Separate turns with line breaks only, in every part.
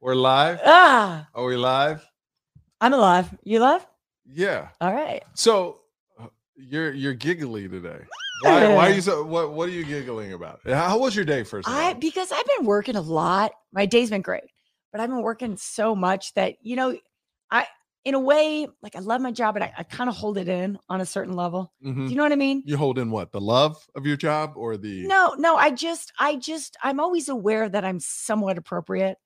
We're live.
Ah,
Are we live?
I'm alive. You alive?
Yeah.
All right.
So uh, you're you're giggly today. Why, why are
Yeah.
you so? What What are you giggling about? Uh, How was your day? First of all,
I because I've been working a lot. My day's been great, but I've been working so much that you know, I in a way like I love my job, and I, I kind of hold it in on a certain level.
Mhm.
Do you know what I mean?
you hold in what the love of your job or the
No, no. I just, I just, I'm always aware that I'm somewhat appropriate.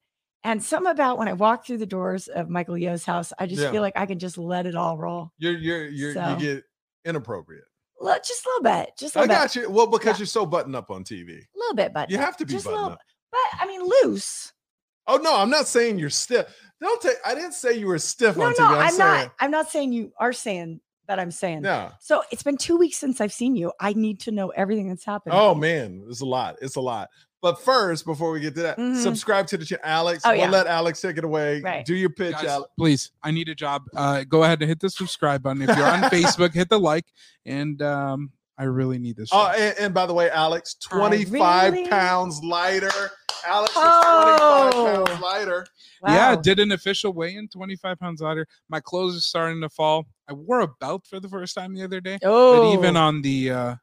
And some about when I walk through the doors of Michael Yo's house, I just
Yeah.
feel like I can just let it all roll.
you're you're, you're
So.
you get inappropriate.
Li- Just a little bit, just a
I
little bit,
got you. Well, because you're so buttoned up on TV,
a little bit, but
you have to be
just a
buttoned
little,
up.
but I mean loose.
Oh no, I'm not saying you're stiff. Don't take. I didn't say you were stiff
no,
on
no,
TV.
I'm,
saying,
not. I'm not saying you are saying that I'm saying.
Yeah.
So it's been two weeks since I've seen you. I need to know everything that's happened.
Oh man, it's a lot. It's a lot. But first, before we get to that,
Mhm.
subscribe to the channel, Alex.
Oh,
we'll
yeah.
let Alex take it away.
Right.
Do your pitch,
Guys,
Alex.
please, I need a job. Uh, go ahead and hit the subscribe button. If you're on Facebook, hit the like. And um, I really need this.
Oh,
job.
and, and by the way, Alex,
I
25
Oh, really-
pounds lighter. Alex is 25
Oh.
pounds lighter.
Yeah,
Wow.
did an official weigh in, 25 pounds lighter. My clothes are starting to fall. I wore a belt for the first time the other day.
oh,
But even on the uh,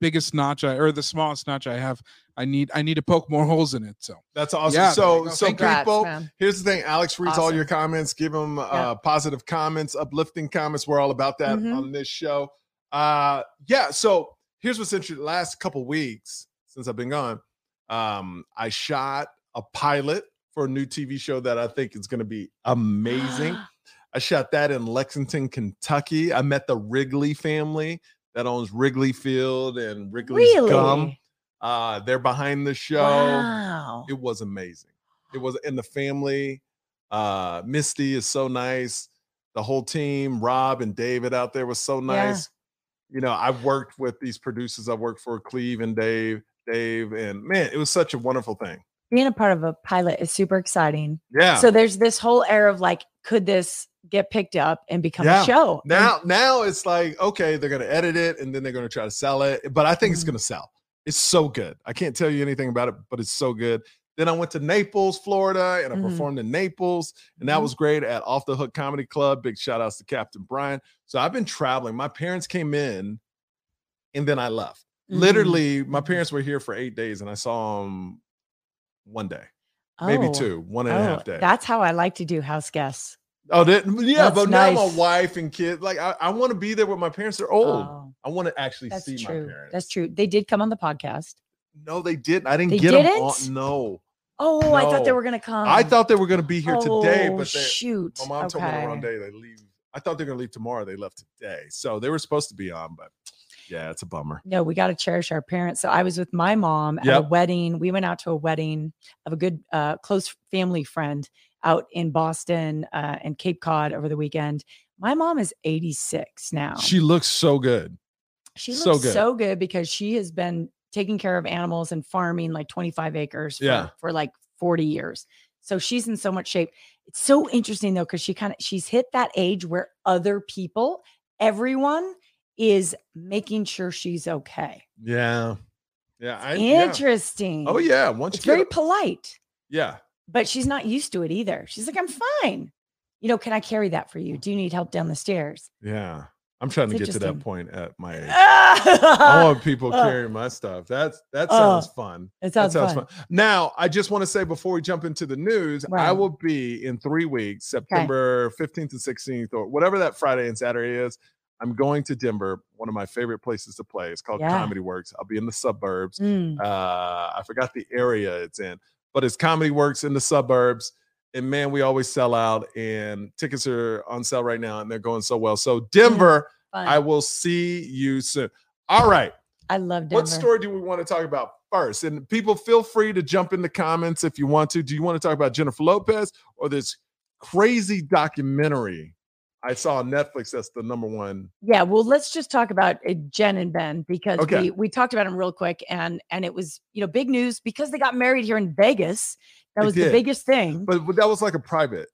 biggest notch I, or the smallest notch I have, I need I need to poke more holes in it. So
That's awesome.
Yeah, there you
so,
go.
so
Thank you.
Congrats,
Oh, people,
man.
here's the thing Alex reads all
Awesome.
your comments, give them uh, positive comments, uplifting comments. We're all about that
Mhm.
on this show. Uh, yeah. So, here's what's interesting. Last couple weeks since I've been gone, um, I shot a pilot for a new TV show that I think is going to be amazing. I shot that in Lexington, Kentucky. I met the Wrigley family that owns Wrigley Field and Wrigley's
really?
Gum. Uh, they're behind the show.
Wow.
It was amazing. It was in the family. Uh, Misty is so nice. The whole team, Rob and David out there was so
Yeah.
nice. You know, I've worked with these producers. I've worked for Cleve and Dave, Dave, and man, it was such a wonderful thing.
Being a part of a pilot is super exciting.
Yeah.
So there's this whole air of like, could this get picked up and become
Yeah.
a show? And
now now it's like okay they're gonna edit it and then they're gonna try to sell it but i think it's
Mhm.
gonna sell it's so good i can't tell you anything about it but it's so good then i went to naples florida and i
Mhm.
performed in naples and that
Mhm.
was great at off the hook comedy club big shout outs to captain brian so i've been traveling my parents came in and then i left literally my
Mhm.
parents were here for eight days and i saw them one day maybe
Oh.
two one and a half
Oh,
days
That's how I like to do house guests.
oh that, yeah
that's
but now
nice.
my wife and kid like i, I want to be there with my parents they're old
Oh,
I want to actually
that's
see my
true.
parents.
That's true. They did come on the podcast.
No, they didn't. I didn't
They
get them.
didn't?
On. No,
Oh, I thought they
No.
were gonna come.
I thought they were going to be here today,
Oh,
but they,
shoot.
my mom told me the wrong
Okay.
day they leave. I thought they were going to leave tomorrow. They left today, so they were supposed to be on, but yeah, it's a bummer.
No, we got to cherish our parents. So I was with my mom at a
Yep.
wedding. We went out to a wedding of a good uh, close family friend out in Boston uh, and Cape Cod over the weekend. My mom is 86 now. She,
She looks so good.
looks
so
so
good.
good. because she has been taking care of animals and farming like 25 acres for,
Yeah.
for like 40 years. So she's in so much shape. It's so interesting though, because she kind of she's hit that age where other people, everyone is making sure she's okay.
Yeah, yeah. I, yeah.
Interesting.
Oh yeah. Once
It's
you
very
get,
polite,
yeah,
but she's not used to it either. She's like, I'm fine. You know, can I carry that for you? Do you need help down the stairs?
yeah. I'm trying to
It's
get to that
interesting.
point at my age. I
Oh,
want people
Uh,
carrying my stuff. That's that
uh,
sounds fun.
it
That
sounds,
sounds
fun.
fun. Now, I just want to say before we jump into the news, I
Right.
will be in three weeks, September 15th and 16th, or whatever that Friday and Saturday is. I'm going to Denver, one of my favorite places to play. It's called
Yeah.
Comedy Works. I'll be in the suburbs.
Mm.
Uh, I forgot the area it's in, but it's Comedy Works in the suburbs. And man, we always sell out, and tickets are on sale right now, and they're going so well. So, Denver,
Mm. Fun.
I will see you soon. All right.
I love Denver.
What story do we want to talk about first? And people, feel free to jump in the comments if you want to. Do you want to talk about Jennifer Lopez or this crazy documentary I saw on Netflix? That's the number one.
Yeah, well, let's just talk about uh, Jen and Ben because
Okay.
we, we talked about them real quick, and and it was you know big news because they got married here in Vegas. That
They
was
did.
the biggest thing.
But, but that was like a private.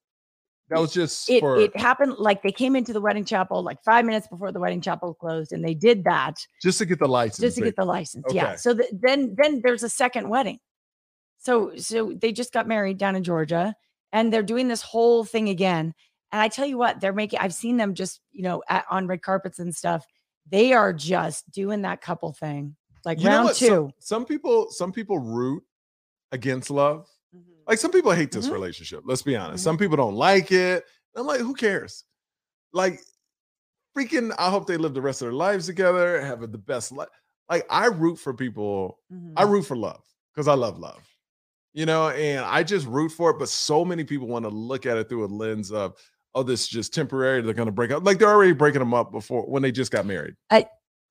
That was just
it,
for
it happened like they came into the wedding chapel like five minutes before the wedding chapel closed, and they did that.
just to get the license.
just to get the license yeah
Okay.
so th- then then there's a second wedding So so they just got married down in Georgia and they're doing this whole thing again. And I tell you what, they're making I've seen them just, you know, at, on red carpets and stuff. They are just doing that couple thing. Like
You know
round
what?
2.
Some- Some, people, some people root against love. Like some people hate this
Mhm.
relationship. Let's be honest. Some people don't like it. I'm like, who cares? Like, freaking, I hope they live the rest of their lives together, have the best life. Like, I root for people.
Mm-hmm.
I root for love because I love love. You know, and I just root for it. But so many people want to look at it through a lens of, oh, this is just temporary. They're going to break up. Like they're already breaking them up before when they just got married.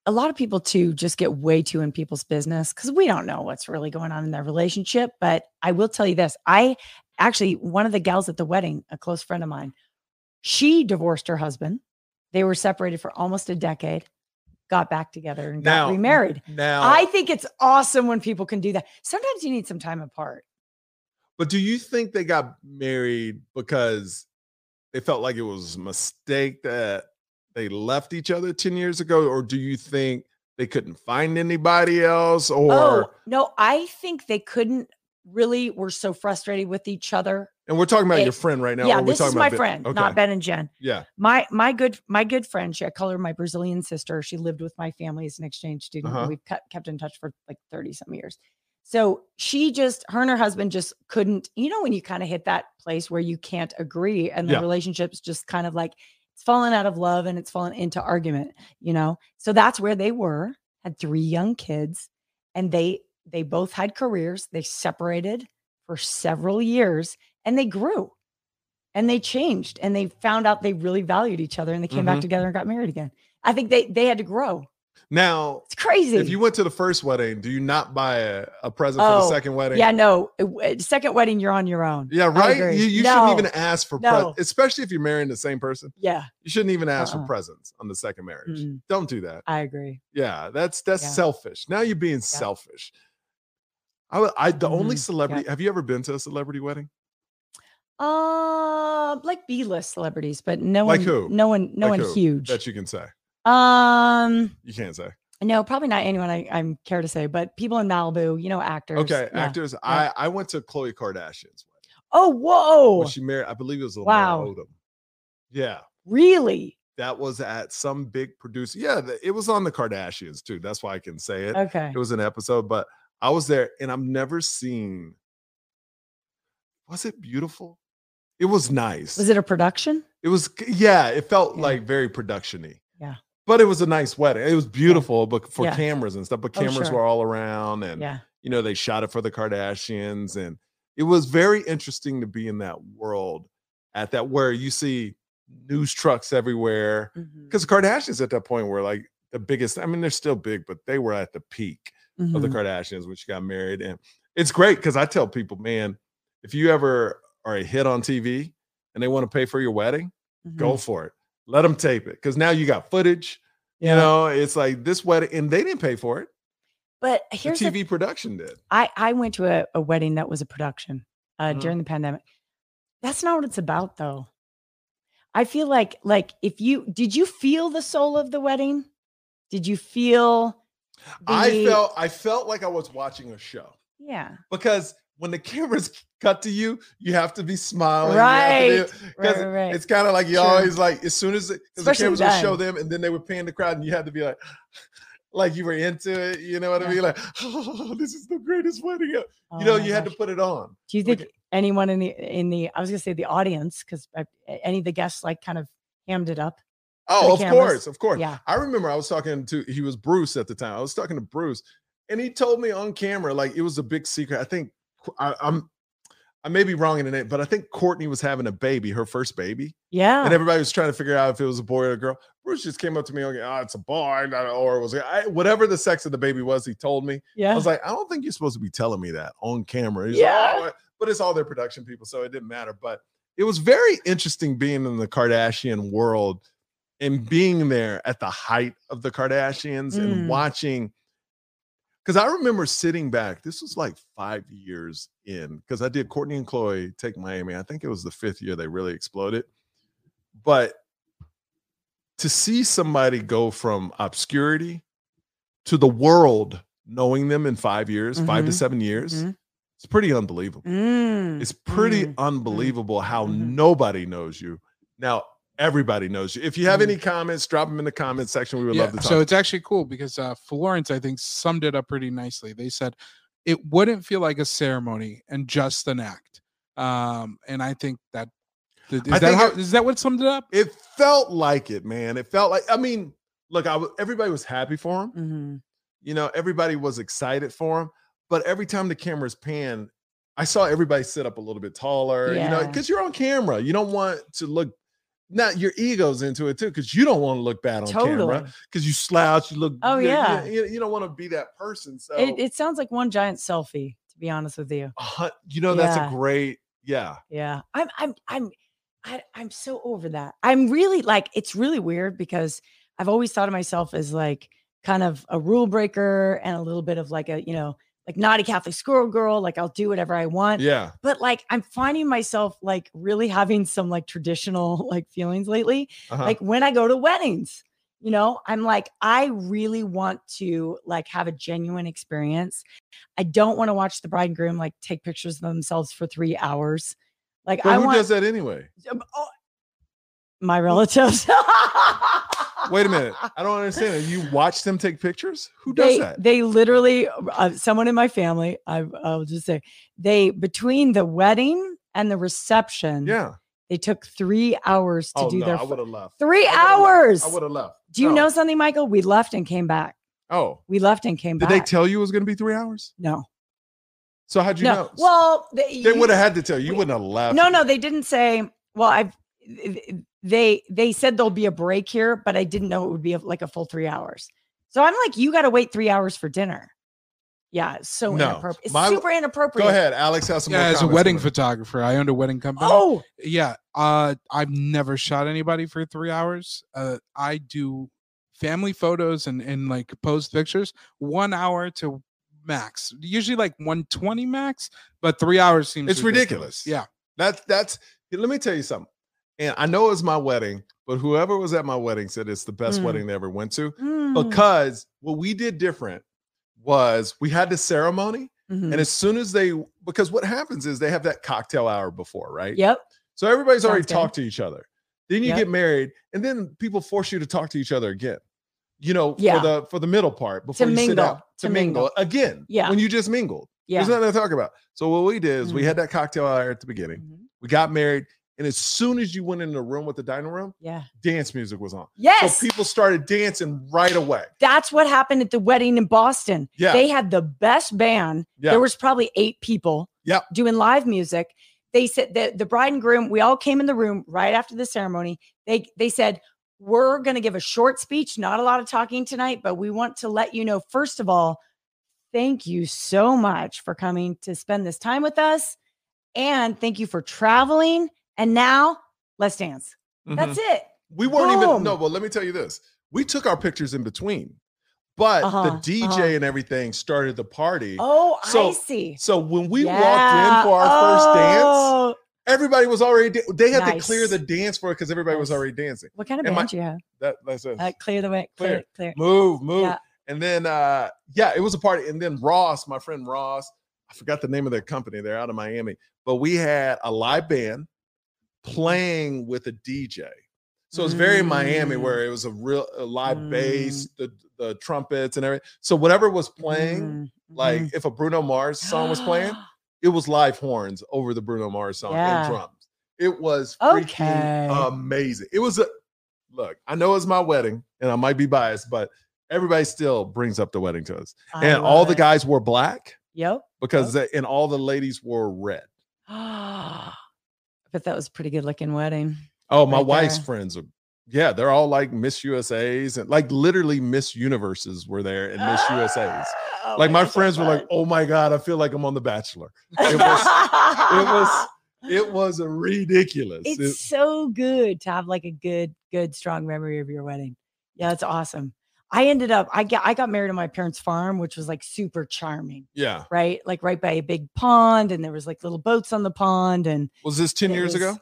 a lot of people too just get way too in people's business because we don't know what's really going on in their relationship. But I will tell you this I actually, one of the gals at the wedding, a close friend of mine, she divorced her husband. They were separated for almost a decade, got back together and got
Now-
remarried.
Now,
I think it's awesome when people can do that. Sometimes you need some time apart.
But do you think they got married because they felt like it was a mistake that they left each other 10 years ago? Or do you think they couldn't find anybody else? Or,
oh, no, I think they couldn't really were so frustrated with each other.
and we're talking about your
it-
friend right now.
yeah,
or we're
this
talking
is my
about Ben-
friend,
Okay.
not Ben and Jen.
Yeah.
my my good my good friend she i call her my brazilian sister she lived with my family as an exchange student and
Uh-huh.
we've kept, kept in touch for like 30 some years so she just her and her husband just couldn't you know when you kind of hit that place where you can't agree and the
Yeah.
relationships just kind of like it's fallen out of love and it's fallen into argument you know so that's where they were had three young kids and they they both had careers they separated for several years and they grew and they changed and they found out they really valued each other and they came back
Mhm.
together and got married again i think they they had to grow
Now,
it's crazy
if you went to the first wedding, do you not buy a, a present for the
Oh,
second wedding?
yeah no uh, w- second wedding you're on your own
Yeah, right.
agree.
You, you
No.
shouldn't even ask for
No.
presents, especially if you're marrying the same person.
yeah
You shouldn't even ask for
Uh-uh.
presents on the second marriage.
Mm-mm.
Don't do that.
i agree
Yeah, that's that's
Yeah.
selfish. Now you're being selfish. I, would- I the only
Mhm,
celebrity. Have you ever been to a celebrity wedding?
uh like b-list celebrities but no
Like
one
who?
no one no
Like
one
who?
huge
That you can say.
um
You can't say.
no probably not anyone I, i'm care to say but people in malibu you know actors
Okay,
yeah.
actors. I I went to Khloe Kardashian's wedding
oh
when
whoa
she married. I believe it was Lamar
Wow.
Odom. Yeah,
really
that was at some big producer. Yeah, the, it was on the Kardashians too. That's why I can say it.
okay
It was an episode, but I was there, and I've never seen. Was it beautiful? It was nice.
was it a production
It was g- yeah, it felt
Yeah.
like very productiony.
Yeah.
But it was a nice wedding. It was beautiful, but for
Yeah.
cameras and stuff. But
Oh,
cameras
sure.
were all around and
yeah
you know, they shot it for the Kardashians. And it was very interesting to be in that world at that where you see news trucks everywhere.
Mhm,
Because the Kardashians at that point were like the biggest. I mean, they're still big, but they were at the peak of the
mhm.
Kardashians when she got married. And it's great because I tell people, man, if you ever are a hit on TV and they want to pay for your wedding,
Mhm.
go for it. Let them tape it because now you got footage.
Yeah.
You know, it's like this wedding, and they didn't pay for it.
But here's
the
the
TV production did.
I I went to a, a wedding that was a production uh,
Mhm.
during the pandemic. That's not what it's about, though. I feel like like if you did you feel the soul of the wedding? Did you feel?
I
the-
felt I felt like I was watching a show
yeah
because when the cameras cut to you, you have to be smiling. you
right,
have to do-
right,
'cause
right, right.
It's kind of like you
Sure.
always like as soon as it- 'cause the
Especially
cameras would show
then.
them, and then they would pan the crowd, and you had to be like, like you were into it. You know what I
Yeah.
mean? Like, oh, this is the greatest wedding. ever." You know, you had to put it on.
Oh Do you
look
think anyone in the in the I was gonna say the audience because any of the guests like kind of hammed it up?
Oh,
the
of
cameras.
course, of course.
Yeah.
I remember I was talking to he was Bruce at the time. I was talking to Bruce, and he told me on camera like it was a big secret. I think Qu- I, am I may be wrong in the name, but I think Courtney was having a baby, her first baby,
Yeah.
and everybody was trying to figure out if it was a boy or a girl. Bruce just came up to me, okay, oh, it's a boy, not- or it was a- I, whatever the sex of the baby was. He told me.
yeah.
I was like, I don't think you're supposed to be telling me that on camera. He's
Yeah.
like, "Oh," but it's all their production people, so it didn't matter. But it was very interesting being in the Kardashian world and being there at the height of the Kardashians
Mm.
and watching. Because I remember sitting back, this was like five years in, because I did Courtney and Chloe take Miami. I think it was the fifth year they really exploded. But to see somebody go from obscurity to the world knowing them in five years, five to
Mhm.
Mm-hmm.
seven years,
Mhm.
it's It's pretty unbelievable.
Mm,
It's pretty
Mm-hmm.
mm,
unbelievable how
mhm.
nobody knows you. Now everybody knows you. If you have
Mm.
any comments, drop them in the comment section. We would love to talk.
so it's actually cool because uh, Florence, I think, summed it up pretty nicely. They said it wouldn't feel like a ceremony and just an act. Um, and I think that th- is
I
that
think
how
it-
is that what summed it up?
it felt like it, man. It felt like I mean, look, I w- everybody was happy for him.
mhm.
You know, everybody was excited for him. But every time the cameras pan, I saw everybody sit up a little bit taller. You know,
Yeah.
because you're on camera, you don't want to look. Now your ego's into it too, because you don't want to look bad on
Totally.
camera. Because you slouch, you look.
Oh,
you- you-
yeah.
you, you don't want to be that person. So
It, it sounds like one giant selfie, to be honest with you.
a hun- you know that's
Yeah.
a great yeah
Yeah. I'm I'm I'm I, I'm so over that. I'm really like it's really weird because I've always thought of myself as like kind of a rule breaker and a little bit of like a, you know, like naughty Catholic school girl, like I'll do whatever I want.
yeah
But like I'm finding myself like really having some like traditional like feelings lately.
uh-huh.
Like when I go to weddings, you know, I'm like I really want to like have a genuine experience. I don't want to watch the bride and groom like take pictures of themselves for 3 hours. Like
but
I
who
want
does that anyway
um, oh, my relatives.
wait a minute i don't understand it. you watch them take pictures who does
they,
that
They literally, uh, someone in my family, I, I'll just say, they between the wedding and the reception,
yeah
they took three hours to
oh
do
no
their
i
pho-
would have left
three
I would've left.
hours.
i would have left
Do you
No.
know something, Michael? We left and came back.
oh
We left and came
did
back.
they tell you it was going to be three hours
no,
so how'd you
no.
know
Well, they,
they
you-
would have had to tell you
we-
wouldn't have left
No, no, they didn't say. Well, I've they they said there'll be a break here, but I didn't know it would be a, like a full three hours. So I'm like, you got to wait three hours for dinner. Yeah, it's so
No,
inappropriate. It's
my-
super inappropriate.
go ahead alex has some
Yeah,
more
as a
comments
wedding
on that.
photographer, I owned a wedding company.
Oh,
yeah uh i've never shot anybody for three hours uh i do family photos and and like post pictures one hour to max usually like 120 max but three hours seems
It's ridiculous.
yeah
That's that's let me tell you something. And I know it was my wedding, but whoever was at my wedding said it's the best
Mm.
wedding they ever went to
mm,
because what we did different was we had the ceremony
mhm.
and as soon as they because what happens is they have that cocktail hour before, right?
yep,
So everybody's already
Sounds good.
talked to each other. Then you
Yep.
get married and then people force you to talk to each other again. You know,
Yeah.
for the for the middle part before you sit
mingle,
out
to mingle.
again.
Yeah.
When you just mingled.
yeah.
There's nothing to talk about. So what we did is we
Mhm.
had that cocktail hour at the beginning.
Mhm.
We got married, and as soon as you went in the room with the dining room,
Yeah.
dance music was on.
Yes.
So people started dancing right away.
That's what happened at the wedding in Boston.
Yeah.
They had the best band.
yeah.
There was probably eight people
Yep.
doing live music. They said that the bride and groom, we all came in the room right after the ceremony. They they said, We're gonna give a short speech, not a lot of talking tonight, but we want to let you know, first of all, thank you so much for coming to spend this time with us. And thank you for traveling. And now let's dance.
Mm-hmm.
That's it.
we weren't even
boom.
no, but let me tell you this. We took our pictures in between, but the
Uh-huh,
DJ
uh-huh.
and everything started the party.
Oh,
So-
I see.
So when we
Yeah.
walked in for our first dance,
Oh.
everybody was already da- they had to clear
Nice.
the dance floor because everybody was
Nice.
already dancing.
What kind of
And my-
band do you have?
That that's us.
Uh, clear the way. Clear. Clear.
move, move.
Yeah.
And then uh yeah, it was a party. And then Ross, my friend Ross, I forgot the name of their company, they're out of Miami, but we had a live band playing with a DJ. So it's very Miami
Mm.
where it was a real a live bass, the the trumpets and everything. So whatever was playing,
Mm,
like
mhm.
if a Bruno Mars song was playing, it was live horns over the Bruno Mars song
Yeah.
and drums. It was freaking
Okay.
amazing. It was a look. I know it's my wedding, and I might be biased, but everybody still brings up the wedding to us.
I
and all
love
the
it.
guys wore black
Yep.
because, they, and all the ladies wore red.
but that was a pretty good looking wedding.
Oh, my
Right
wife's
there.
friends are. Yeah, they're all like Miss USA's and like literally Miss Universes were there and Miss USA's.
Oh
Like my
gosh,
friends were
that's
like, "Oh my god, I feel like I'm on The Bachelor."
fun.
it was- it was- It was ridiculous.
It's
It-
so good to have like a good, good, strong memory of your wedding. Yeah, that's awesome. I ended up, I got, I got married on my parents' farm, which was like super charming,
yeah,
right? Like right by a big pond, and there was like little boats on the pond, and
was this ten
it was
years ago?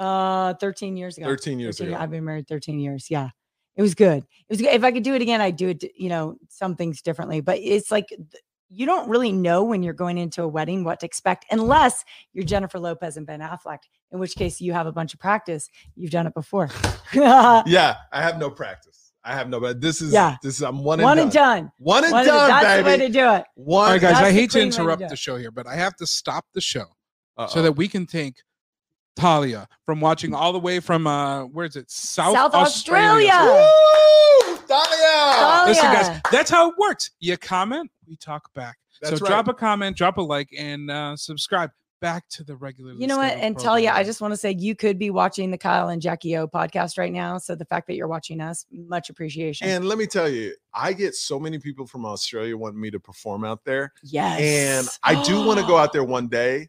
Uh, thirteen years ago.
13 years
13
ago.
I've been married 13 years. Yeah. It was good. It was good. If I could do it again, I'd do it, d- you know, some things differently, but it's like th- you don't really know when you're going into a wedding what to expect unless you're Jennifer Lopez and Ben Affleck, in which case you have a bunch of practice. You've done it before. yeah.
Yeah, I have no practice. I have no. But this is
Yeah.
this is I'm one and
One
done.
and done.
One and
One and
done,
that's the way
baby.
to do it.
One.
All right, guys,
That's
I
the
hate to
clean way to
interrupt
do
the
it.
show here, but I have to stop the show
Uh-oh.
so that we can take Talia from watching all the way from uh where is it? South,
South Australia.
Woo, Dahlia!
Dahlia.
Listen, guys,
Yeah.
that's how it works. You comment, we talk back.
That's
so
right.
drop a comment, drop a like, and uh subscribe back to the regular.
You know what? And tell you, I just want to say you could be watching the Kyle and Jackie O podcast right now. So the fact that you're watching us, much appreciation.
And let me tell you, I get so many people from Australia wanting me to perform out there,
yes.
and I do want to go out there one day.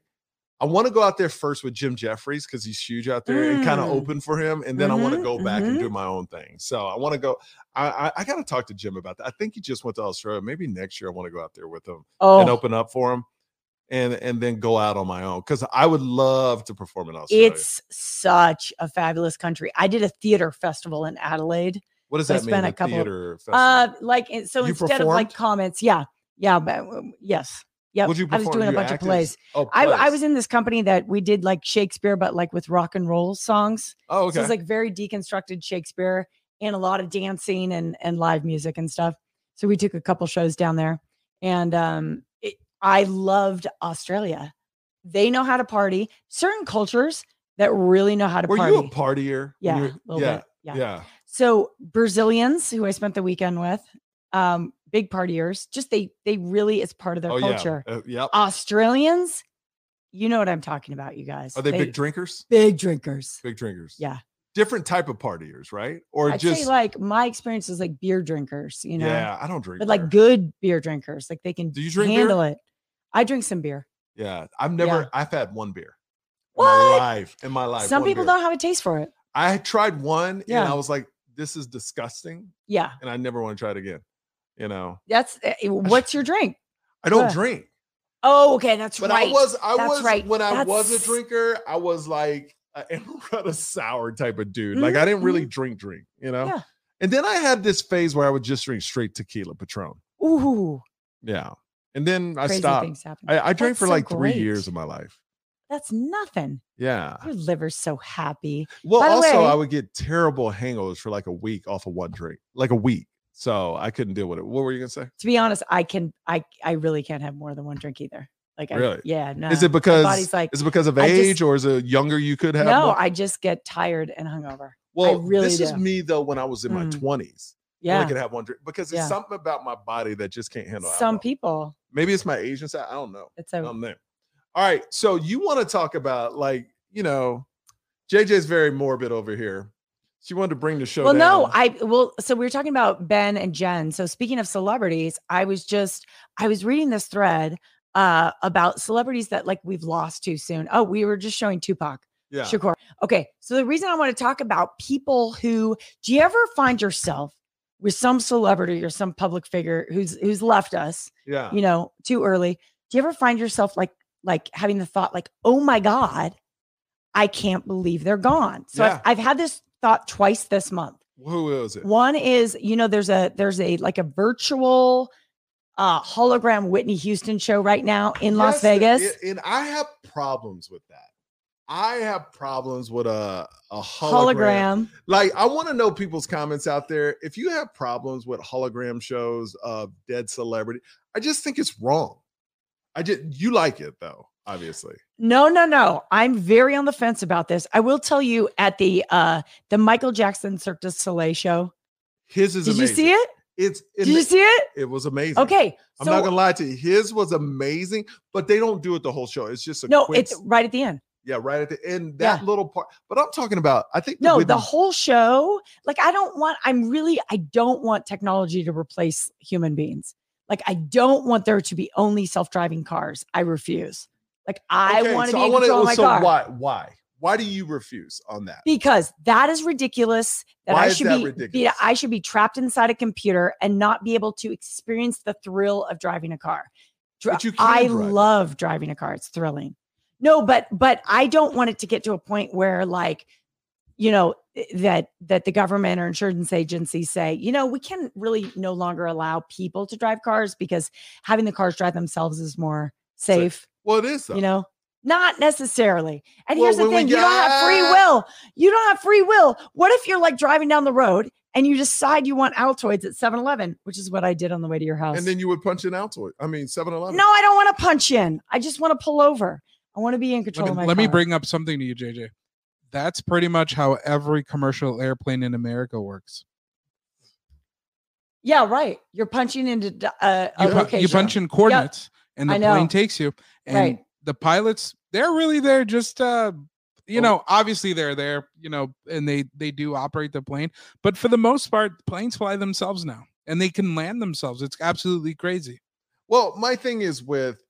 I want to go out there first with Jim Jeffries because he's huge out there and kind of
Mm.
open for him, and then I want to
Mhm,
go back and
mhm.
do my own thing. So I want to go. I I, I got to talk to Jim about that. I think he just went to Australia. Maybe next year I want to go out there with him.
Oh,
and open up for them and and then go out on my own because I would love to perform in Australia.
it's such a fabulous country. I did a theater festival in Adelaide.
what does
I
that mean?
spent
the
a couple-
theater festival?
Uh, like it- so
You
instead of like
performed?
comments, yeah, yeah, but um, yes, yep.
What'd you
I was
perform?
doing a
You
bunch
acted?
of plays.
Oh,
I, I
plays.
was in this company that we did like Shakespeare, but like with rock and roll songs.
Oh,
So
okay.
it's like very deconstructed Shakespeare and a lot of dancing and and live music and stuff. So we took a couple shows down there, and um, it, I loved Australia. They know how to party. Certain cultures that really know how to
Were
party.
you a partier? when
yeah,
you were-
a little
yeah,
bit.
yeah,
yeah. So Brazilians, who I spent the weekend with, um, big partiers, just they they really it's part of their
oh,
culture.
yeah. Uh, yep.
Australians, you know what I'm talking about, you guys.
Are they, big drinkers?
big drinkers?
Big drinkers.
Yeah.
Different type of partiers, right? Or
I'd
just
say like my experience is like beer drinkers, you know,
yeah. I don't drink,
but like
beer.
good beer drinkers, like they can
Do you drink beer?
handle it. I drink some beer.
yeah. I've never.
Yeah.
I've had one beer. In my
What?
life. In my life.
some
one
people
beer.
don't have a taste for it.
I had tried one, and
Yeah.
I was like, "This is disgusting,"
Yeah,
and I never want to try it again. You know,
that's eh, what's your drink?
I don't
Ugh.
drink.
Oh, okay, that's
But
right.
I was, I
That's
was
right.
when I was a
That's-
drinker, I was like an Amaretto sour type of dude. Like I didn't really drink, drink, you know.
Mm-hmm, Yeah.
And then I had this phase where I would just drink straight tequila Patron.
Ooh,
Yeah. And then I
crazy
stopped.
things happen.
I, I drank
That's
for
so
like three years
great.
of my life.
that's nothing.
Yeah.
Your liver's so happy.
Well,
By the
also
way-
I would get terrible hangovers for like a week off of one drink, like a week. So I couldn't deal with it. What were you gonna say?
to be honest, I can I I really can't have more than one drink either. Like I,
Really?
yeah, no.
is it because
body's like,
is it because of
I just-
age or is it younger you could have?
no,
more?
I just get tired and hungover.
well,
really
this is
do.
me though when I was in my
Mm.
twenties. yeah.
Yeah.
I could have one drink because it's
Yeah.
something about my body that just can't handle.
Some Oh.
alcohol.
people
maybe it's my Asian side. I don't know.
it's a
I'm there. All right, so you want to talk about like you know, JJ's very morbid over here. She wanted to bring the show.
Well, no,
down.
I well, so we were talking about Ben and Jen. So speaking of celebrities, I was just I was reading this thread uh about celebrities that like we've lost too soon. Oh, we were just showing Tupac.
yeah.
Shakur. Okay. So the reason I want to talk about people who do you ever find yourself with some celebrity or some public figure who's who's left us,
yeah,
you know, too early? Do you ever find yourself like like having the thought like, "Oh my god, I can't believe they're gone." So
Yeah.
I've, I've had this thought twice this month.
Who is it?
One is, you know, there's a there's a like a virtual uh hologram Whitney Houston show right now in Las
Yes,
Vegas.
it- and I have problems with that. I have problems with a a hologram.
hologram.
Like, I want to know people's comments out there. If you have problems with hologram shows of dead celebrity, I just think it's wrong. I just you like it though, obviously.
No, no, no. I'm very on the fence about this. I will tell you at the uh the Michael Jackson Cirque du Soleil show.
His is
Did you
amazing.
see it?
It's it,
Did you see it?
it was amazing.
Okay.
I'm
so
not gonna lie to you. His was amazing, but they don't do it the whole show. It's just a
no,
quick,
it's right at the end.
yeah, right at the end. That little part. But I'm talking about. I think
No, the
Whitney-
whole show. Like I don't want I'm really I don't want technology to replace human beings. Like I don't want there to be only self-driving cars. I refuse. Like I
Okay,
want to
so
be in
wanna-
control of my
so
car.
why why why do you refuse on that?
because that is ridiculous that
Why
I
is
should
that
be, be
ridiculous?
I should be trapped inside a computer and not be able to experience the thrill of driving a car. Dri-
But you can
I
drive.
love driving a car. It's thrilling. No, but but I don't want it to get to a point where like you know that that the government or insurance agencies say, you know, we can really no longer allow people to drive cars because having the cars drive themselves is more safe.
Well, it is though.
You know, not necessarily. And
Well,
here's the
when we
thing: you don't have free
get-
will. You don't have free will. What if you're like driving down the road and you decide you want Altoids at 7-Eleven, which is what I did on the way to your house?
and then you would punch an Altoid. I mean, 7 Eleven.
no, I don't want to punch in. I just want to pull over. I want to be in control
Let,
of my
me, let me
car.
bring up something to you, JJ. That's pretty much how every commercial airplane in America works.
Yeah, right. You're punching into d- uh, a
You, pu-
location.
you punch in coordinates, and
I
the
know.
plane takes you. And
Right.
the pilots, they're really there just uh you
Oh.
know, obviously they're there, you know, and they they do operate the plane, but for the most part, planes fly themselves now, and they can land themselves. It's absolutely crazy.
Well, my thing is with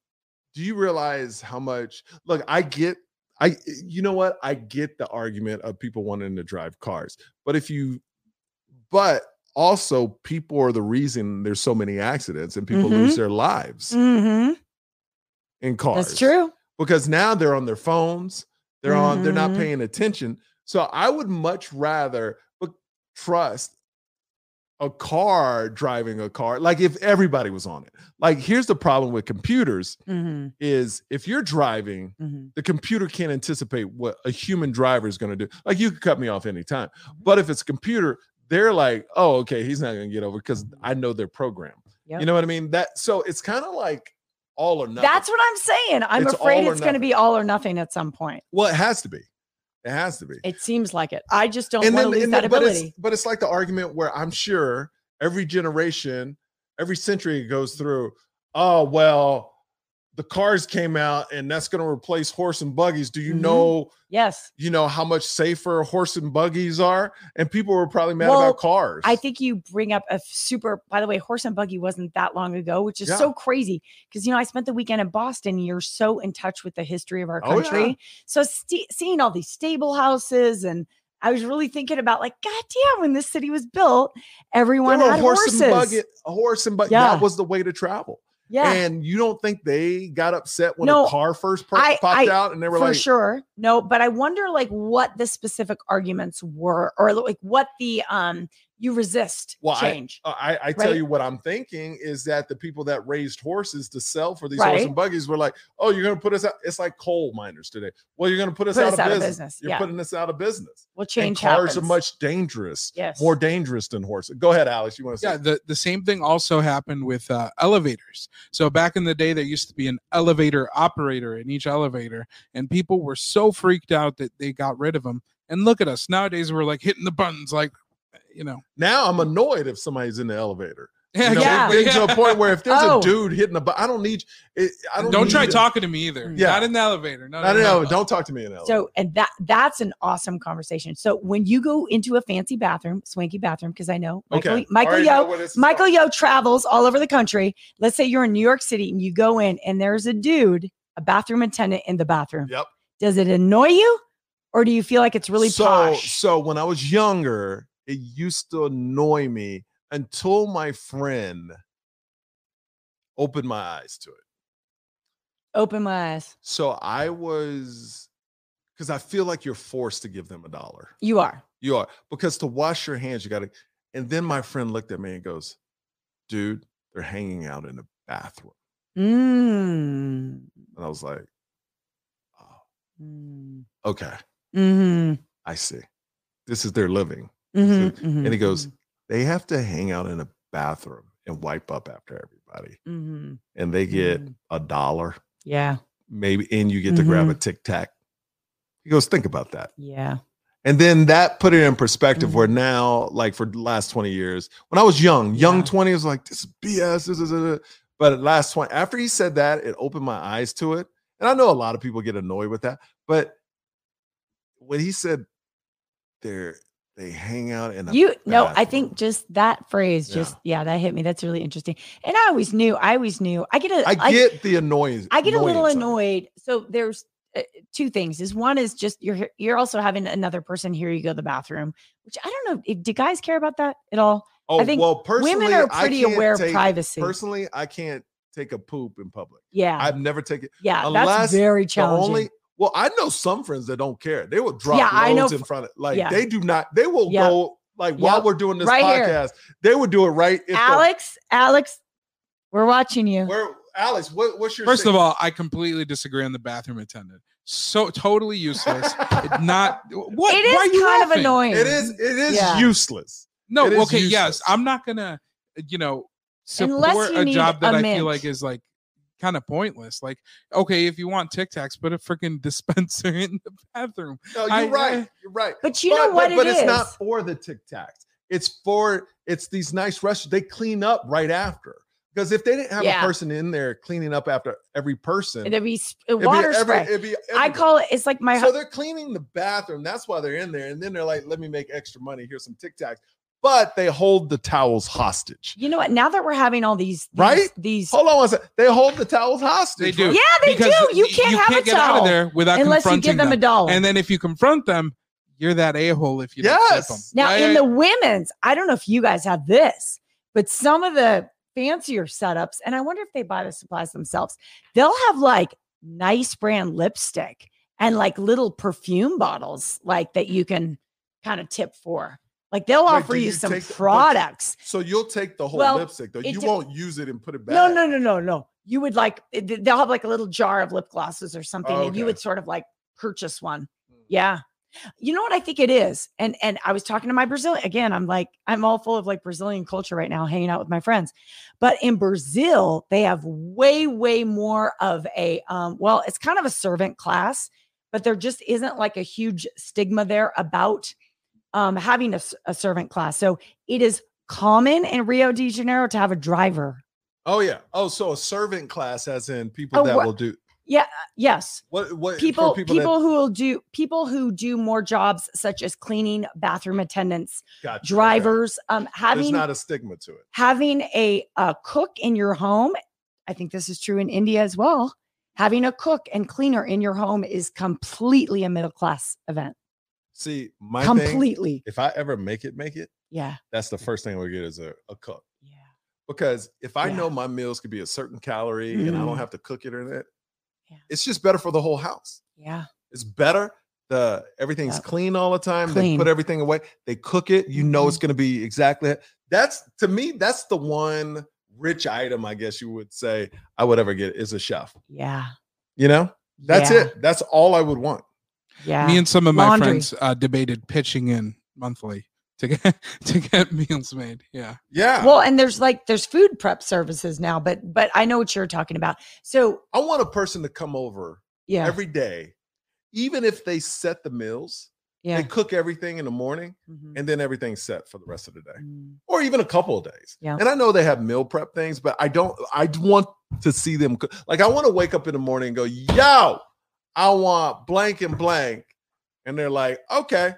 do you realize how much look, I get I eh, you know what? I get the argument of people wanting to drive cars. But if you but also people are the reason there's so many accidents and people
Mhm.
lose their lives
Mhm.
in cars.
That's true.
Because now they're on their phones, they're on they're not
Mhm.
paying attention. So I would much rather but trust a car driving a car like if everybody was on it. Like here's the problem with computers
hmm
is if you're driving,
hmm
the computer can't anticipate what a human driver is going to do. Like you could cut me off anytime.
Mm-hmm.
But if it's a computer, they're like, oh, okay, he's not going to get over because I know their program.
Yep.
You know what I mean? That so it's kind of like all or nothing.
That's what I'm saying. I'm
It's
afraid
all or
it's going to
nothing.
be all or nothing at some point.
well, it has to be. It has to be.
It seems like it. I just don't
and
want to
then,
lose
and
that
then- but it's
ability.
but it's like the argument where I'm sure every generation, every century goes through. Oh well, the cars came out, and that's going to replace horse and buggies. Do you
Mhm.
know
Yes.
you know how much safer horse and buggies are, and people were probably mad
Well,
about cars.
I think you bring up a super, by the way, horse and buggy wasn't that long ago, which is
Yeah.
so crazy. Cause you know, I spent the weekend in Boston. You're so in touch with the history of our
Oh, yeah.
country. So st- seeing all these stable houses and I was really thinking about like, God damn, when this city was built,
there
everyone
were
had
horse
horses.
and buggy, a horse and buggy.
Yeah.
That was the way to travel.
yeah.
And you don't think they got upset when
No,
a car first per-
I- I-
popped out, and they were
for
like,
sure no but i wonder like what the specific arguments were or like what the um you resist
Well, I-
change
Uh, I, I tell
Right.
you what I'm thinking is that the people that raised horses to sell for these
Right.
horse and buggies were like, oh, you're going to put us out. It's like coal miners today. Well, you're going to put us
Put
out,
us
of,
out of
business.
business,
You're
yeah.
putting us out of business.
well
and
change
cars
happens.
are much dangerous.
yes
More dangerous than horses. Go ahead, Alex. You want to say?
Yeah, the, the same thing also happened with uh, elevators. So back in the day, there used to be an elevator operator in each elevator, and people were so freaked out that they got rid of them. And look at us nowadays; we're like hitting the buttons, like you know.
Now I'm annoyed if somebody's in the elevator.
Yeah,
You know,
Yeah.
we've been to a point where if there's
Oh.
a dude hitting a bu- I don't need. It, I don't.
don't, try
need- Mm.
talking to me either.
Yeah.
not in the elevator. No,
No,
no,
no,
no.
no, Don't talk to me in the elevator.
so and that that's an awesome conversation so when you go into a fancy bathroom swanky bathroom because i know michael,
okay.
michael
Already
yo
know where this is
Michael
going.
Yo travels all over the country. Let's say you're in New York City and you go in and there's a dude, a bathroom attendant in the bathroom.
Yep.
Does it annoy you or do you feel like it's really
so,
posh?
So when I was younger, it used to annoy me until my friend opened my eyes to it.
Open my eyes.
So I was, because I feel like you're forced to give them a dollar.
You are.
You are because to wash your hands, you got to. And then my friend looked at me and goes, "Dude, they're hanging out in the bathroom."
Mm.
And I was like, oh,
Mm.
okay,
Mhm.
I see. This is their living.
Mhm.
So-
Mhm.
And he goes, they have to hang out in a bathroom and wipe up after everybody.
Mhm.
And they get
Mhm.
a dollar,
Yeah.
maybe, and you get to grab a tic tac. He goes, think about that.
Yeah.
And then that put it in perspective
Mm-hmm.
where now, like for the last 20 years, when I was young, young
Yeah.
20 was like, this is BS. This is, uh, uh." but at last 20, after he said that, it opened my eyes to it. And I know a lot of people get annoyed with that, but when he said they're, they hang out in a
You no, I
bathroom.
think just that phrase, just yeah, that hit me. That's really interesting. And I always knew, I always knew. I get a
I get the annoyance.
I get a little
annoyance of it.
annoyed. So there's uh, two things. Is one is just you're he- you're also having another person hear you go to the bathroom, which I don't know. if- Do guys care about that at all?
Oh,
think
well, personally,
Women are
I
pretty
can't
aware of
take-
privacy.
Personally, I can't take a poop in public.
yeah,
I've never taken
yeah,
unless
that's very
the
challenging.
only Well, I know some friends that don't care. They will drop
Yeah, I know
loads in
fr-
front of like
yeah.
they do not. They will
Yeah.
go like while
Yep.
we're doing this
Right here.
podcast, they would do it right. If the-
Alex, Alex, we're watching you.
where Alex, what, what's your
First
sing-
of all, I completely disagree on the bathroom attendant. So totally useless. It not what
it
why are
is
you
kind of
laughing?
annoying.
it is it is
Yeah.
useless.
No,
It is
okay, yes.
useless.
I'm not gonna, you know,
Unless
support
you
a
need
job that
a
I
mint.
feel like is like kind of pointless. Like, okay, if you want Tic Tacs, put a freaking dispenser in the bathroom.
No, you're
I-
right.
I-
you're right.
But you know
But-
what
but, but
it is.
it's not for the Tic Tacs. It's for it's these nice restaurants. They clean up right after because if they didn't have
Yeah.
a person in there cleaning up after every person,
It'd be sp-
it'd be
water
every-
spray.
it'd be
I
everybody.
call it. It's like my.
so
hu-
they're cleaning the bathroom. That's why they're in there, and then they're like, "Let me make extra money. Here's some Tic Tacs." But they hold the towels hostage.
you know what? Now that we're having all these, these
Right?
These.
Hold on one second. They hold the towels hostage.
They do.
right?
yeah, they do.
Oh, because
You can't have a
get out
towel
of there without
unless you
confronting
give them, a
them.
doll.
And then if you confront them, you're that a hole if you don't
Yes.
flip them.
Now,
I-
in the women's, I don't know if you guys have this, but some of the fancier setups, and I wonder if they buy the supplies themselves, they'll have like nice brand lipstick and like little perfume bottles, like that you can kind of tip for. Like they'll
Wait,
offer
do
you,
you
some
take the- but-
products.
So you'll take the whole
Well,
lipstick though.
it
You
de-
won't use it and put it back.
No, no, no, no, no. You would like, eh, th- they'll have like a little jar of lip glosses or something,
Oh,
and you
okay.
would sort of like purchase one.
Mm.
Yeah. You know what I think it is? And and I was talking to my Brazilian again, I'm like, I'm all full of like Brazilian culture right now, hanging out with my friends. But in Brazil, they have way, way more of a um, well, it's kind of a servant class, but there just isn't like a huge stigma there about um having a, s- a servant class. So it is common in Rio de Janeiro to have a driver.
Oh yeah. Oh, so a servant class, as in people
Oh,
that
wha-
will do
Yes.
what? What for
people people,
that-
who will do people who do more jobs such as cleaning bathroom attendants
Gotcha, okay.
drivers um
There's
having
not a stigma to it.
having a, a cook in your home i think this is true in india as well having a cook and cleaner in your home is completely a middle class event
See, my thing.
completely
If I ever make it, make it.
yeah
That's the first thing I would get is a, a cook.
yeah
because if I
Yeah.
know my meals could be a certain calorie and I
Mhm.
don't have to cook it or that,
Yeah.
it's just better for the whole house.
yeah
It's better. The everything's
Yep.
clean all the time. They
Clean. Mm-hmm.
put everything away. They cook it. You know it's going to be exactly. That's to me. That's the one rich item I guess you would say I would ever get is a chef.
yeah
You know, that's
yeah,
it. That's all I would want.
yeah
me and some of my
Laundry.
friends uh, debated pitching in monthly to get to get meals made. Yeah.
Yeah,
well and there's like there's food prep services now but but i know what you're talking about so
I want a person to come over
yeah
every day, even if they set the meals.
yeah
They cook everything in the morning,
mhm,
and then everything's set for the rest of the day.
mhm.
or even a couple of days.
Yeah.
And I know they have meal prep things, but I don't. I d- want to see them. cook. Like I want to wake up in the morning and go, "Yo, I want blank and blank," and they're like, "Okay."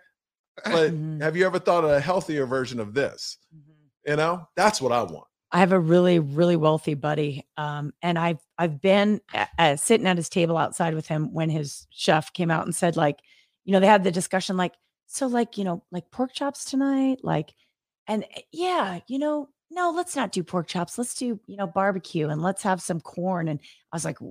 But
Mhm.
have you ever thought of a healthier version of this?
Mhm.
You know, that's what I want.
I have a really, really wealthy buddy, um, and I've I've been uh, uh, sitting at his table outside with him when his chef came out and said, like, you know, they had the discussion, like, so, like, you know, like pork chops tonight, like, and uh, yeah, you know, no, let's not do pork chops. Let's do, you know, barbecue, and let's have some corn. And I was like,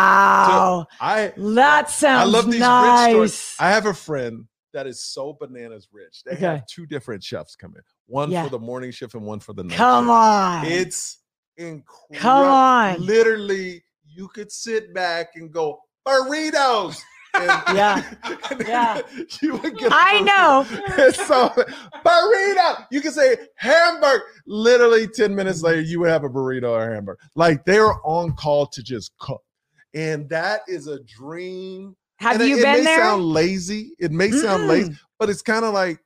wow,
I
that sounds
love these rich
nice.
stories. I have a friend that is so bananas rich. They
Okay.
have two different chefs come in, one
Yeah.
for the morning shift and one for the night.
Come
shift.
on,
It's incredible.
come on,
Literally, you could sit back and go burritos. And-
Yeah.
and
Yeah.
You would get. a
I know.
burrito. And so burrito. You could say hamburger. Literally, ten minutes later, you would have a burrito or hamburger. Like they are on call to just cook, and that is a dream.
have
And
you
it, it
been
may
there? Mm-hmm.
Sound lazy. It may sound lazy
Mm-mm.
but it's kind of like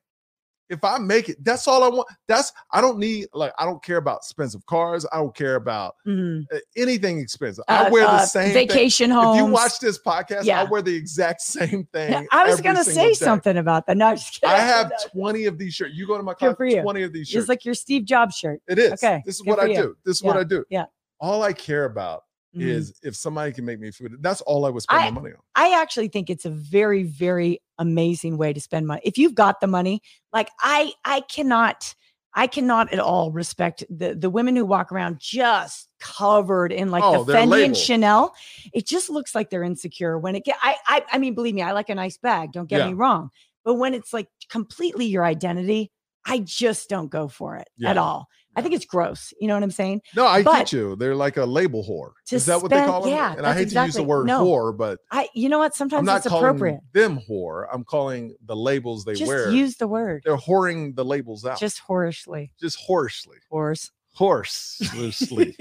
if I make it, that's all I want. That's I don't need like I don't care about expensive cars. I don't care about
Mhm.
uh, anything expensive. I
Uh,
wear the
uh,
same Thing.
vacation
If
homes.
you watch this podcast,
Yeah.
I wear the exact same
Yeah,
thing.
I was
every
gonna
single
say
day.
something about that. No, I'm just kidding.
I have twenty of these shirts. You go to my
Good
closet,
for you.
twenty of these shirts.
It's like your Steve Jobs shirt.
it is.
okay,
This is
good
what
for
I
you.
do. This is what
Yeah,
I do.
yeah.
All I care about
Mhm.
is if somebody can make me food. That's all I would spend
I-
my money on.
I actually think it's a very, very amazing way to spend money. If you've got the money, like I, I cannot, I cannot at all respect the the women who walk around just covered in like
Oh,
the
they're
Fendi and
labeled.
Chanel. It just looks like they're insecure when it get. I I, I mean, believe me, I like a nice bag. Don't get
Yeah.
me wrong, but when it's like completely your identity, I just don't go for it at
Yeah.
all. I
Yeah.
think it's gross. You know what I'm saying?
No, I
But-
get you. They're like a label whore.
To
Is that what they
spend-
call them?
yeah,
and I
that's
hate to use the
exactly-
word
no.
whore, but
I you know what?
I'm
Sometimes
not
it's
calling
appropriate.
them whore. I'm calling the labels they
Just
wear.
use the word.
They're whoring the labels out.
Just
Just,
whoreishly.
hoarsely.
Horse.
Horse loosely.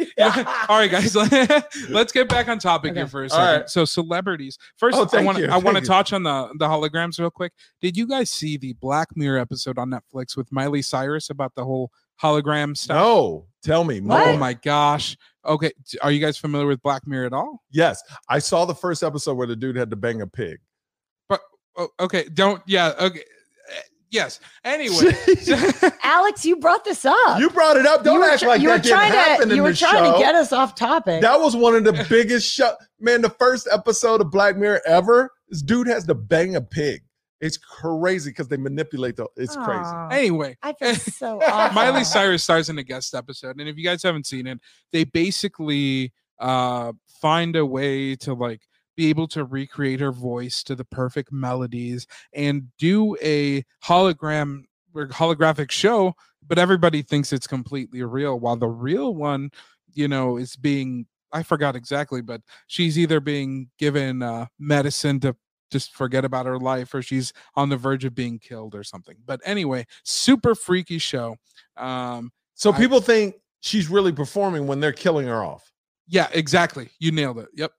All right, guys, let's get back on topic here
Okay.
for a
All
second.
right.
So, celebrities. First,
Oh,
I
thank
want
you.
to I want to
Thank you.
touch on the the holograms real quick. Did you guys see the Black Mirror episode on Netflix with Miley Cyrus about the whole hologram stuff?
no, tell me more.
Oh my gosh. Okay, d- are you guys familiar with Black Mirror at all?
Yes, I saw the first episode where the dude had to bang a pig.
Oh, okay, don't. Yeah. Okay. Eh, Yes. Anyway. so-
Alex, you brought this up.
you brought it up. Don't
were
act
tr-
like
you
that
were
didn't happen
trying to
in
you were
the
trying
show.
to get us off topic.
That was one of the biggest show. Man, the first episode of Black Mirror ever. This dude has to bang a pig. It's crazy because they manipulate the. It's crazy.
Aw,
anyway.
I feel so awful.
Miley Cyrus stars in a guest episode, and if you guys haven't seen it, they basically uh, find a way to like be able to recreate her voice to the perfect melodies and do a hologram or holographic show, but everybody thinks it's completely real, while the real one, you know, is being I forgot exactly, but she's either being given uh, medicine to just forget about her life or she's on the verge of being killed or something. But anyway, super freaky show. Um,
So
I-
people think she's really performing when they're killing her off.
yeah, exactly. You nailed it. Yep.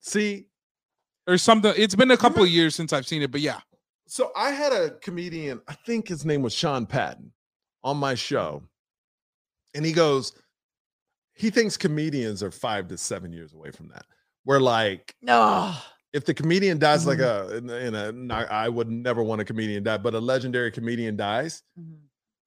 See,
Or something. It's been a couple of
Remem-
years since I've seen it, but yeah.
so I had a comedian, I think his name was Sean Patton, on my show. And he goes, he thinks comedians are five to seven years away from that. Where like
No.
if the comedian dies like a
Mm-hmm.
in, in a not- I would never want a comedian die, but a legendary comedian dies,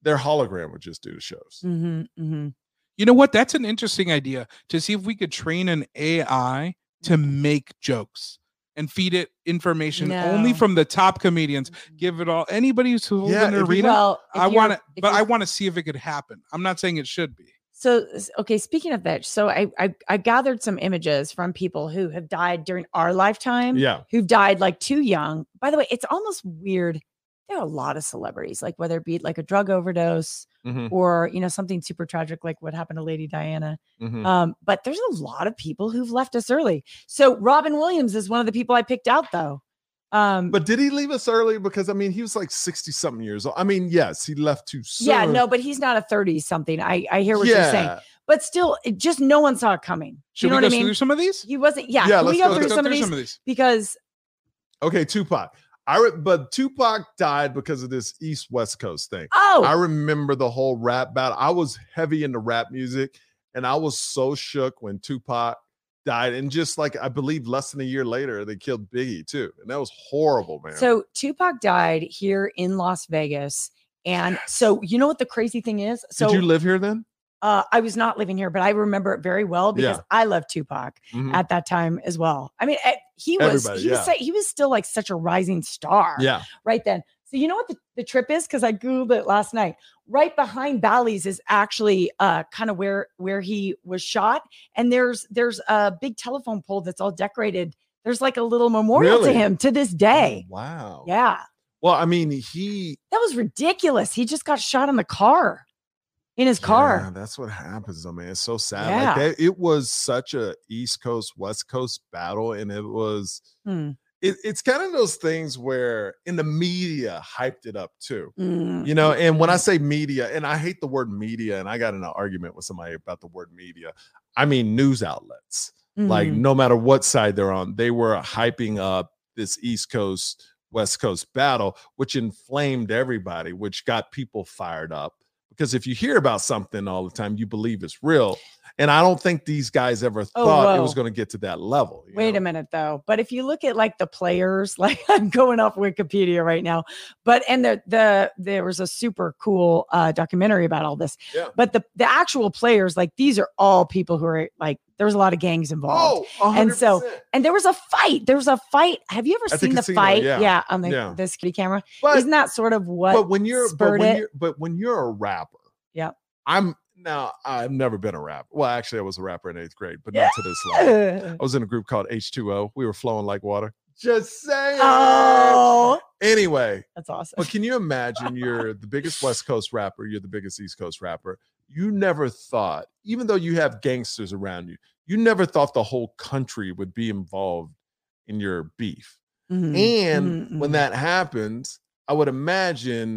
their hologram would just do the shows.
Mhm, mhm.
You know what? That's an interesting idea to see if we could train an AI to
Mm.
make jokes and feed it information only
No.
from the top comedians. Give it all anybody who's holding
Yeah,
an
if you-
arena.
Mm-hmm. Well, if
I
you're-
want to,
if
but
you're-
I want to see if it could happen. I'm not saying it should be.
So s- okay, speaking of that, so I, I I gathered some images from people who have died during our lifetime,
Yeah.
who've died like too young. By the way, it's almost weird. There are a lot of celebrities, like whether it be like a drug overdose
Mhm,
or you know something super tragic like what happened to Lady Diana.
mhm.
Um, but there's a lot of people who've left us early. So Robin Williams is one of the people I picked out though. Um,
But did he leave us early? Because I mean, he was like 60 something years old. I mean, yes, he left too soon.
yeah, no, but he's not a 30 something. I I hear what you're saying.
Yeah.
But still, it just no one saw it coming.
Should
you know
we
what
go
I mean?
through some of these?
He wasn't. Yeah,
Yeah,
can we
let's
go
go-
through
let's
some of these
these.
because
Okay, Tupac. I re- but Tupac died because of this East West Coast thing.
oh,
I remember the whole rap battle. I was heavy into rap music, and I was so shook when Tupac died. And just like I believe, less than a year later, they killed Biggie too, and that was horrible, man.
so Tupac died here in Las Vegas, and so you know what the crazy thing is? So
did you live here then?
uh, I was not living here, but I remember it very well because
Yeah.
I loved Tupac
Mhm.
at that time as well. I mean, eh, he was
Everybody,
he was
yeah.
sa- he was still like such a rising star
Yeah,
right then. So you know what the, the trip is? Because I googled it last night. Right behind Bally's is actually uh, kind of where where he was shot, and there's there's a big telephone pole that's all decorated. There's like a little memorial
Really?
to him to this
Oh,
day.
wow.
Yeah,
Well, I mean, he
that was ridiculous. He just got shot in the car, in his
Yeah,
car.
that's what happens, though, man. It's so sad.
Yeah.
Like that, it was such a East Coast West Coast battle, and it was.
Hmm.
It, it's kind of those things where in the media hyped it up too.
Mm.
you know and when i say media and i hate the word media and i got in an argument with somebody about the word media i mean news outlets like
Mhm.
no matter what side they're on they were hyping up this east coast west coast battle which inflamed everybody which got people fired up because if you hear about something all the time you believe it's real and i don't think these guys ever
Oh,
thought it was
whoa.
going to get to that level you
Wait
know?
a minute though. But if you look at like the players, like I'm going off Wikipedia right now, but and the the there was a super cool uh documentary about all this.
Yeah.
But the the actual players, like these are all people who are like there was a lot of gangs involved.
oh 100%.
And so- And there was a fight. There was a fight. Have you ever
At the
seen the,
casino,
fight?
yeah.
on the,
Yeah.
the security camera.
but
Isn't that sort of what
but when you're but
spurred
when
it?
you're but when you're a rapper
Yep.
i'm Now, I've never been a rapper. Well, actually, I was a rapper in eighth grade, but not to this level.
Ugh.
I was in a group called H2O. We were flowing like water. Just saying.
Oh,
Anyway,
that's awesome.
but can you imagine you're the biggest West Coast rapper, you're the biggest East Coast rapper. You never thought, even though you have gangsters around you, you never thought the whole country would be involved in your beef.
Mhm,
And
mhm,
when
mhm.
that happens, I would imagine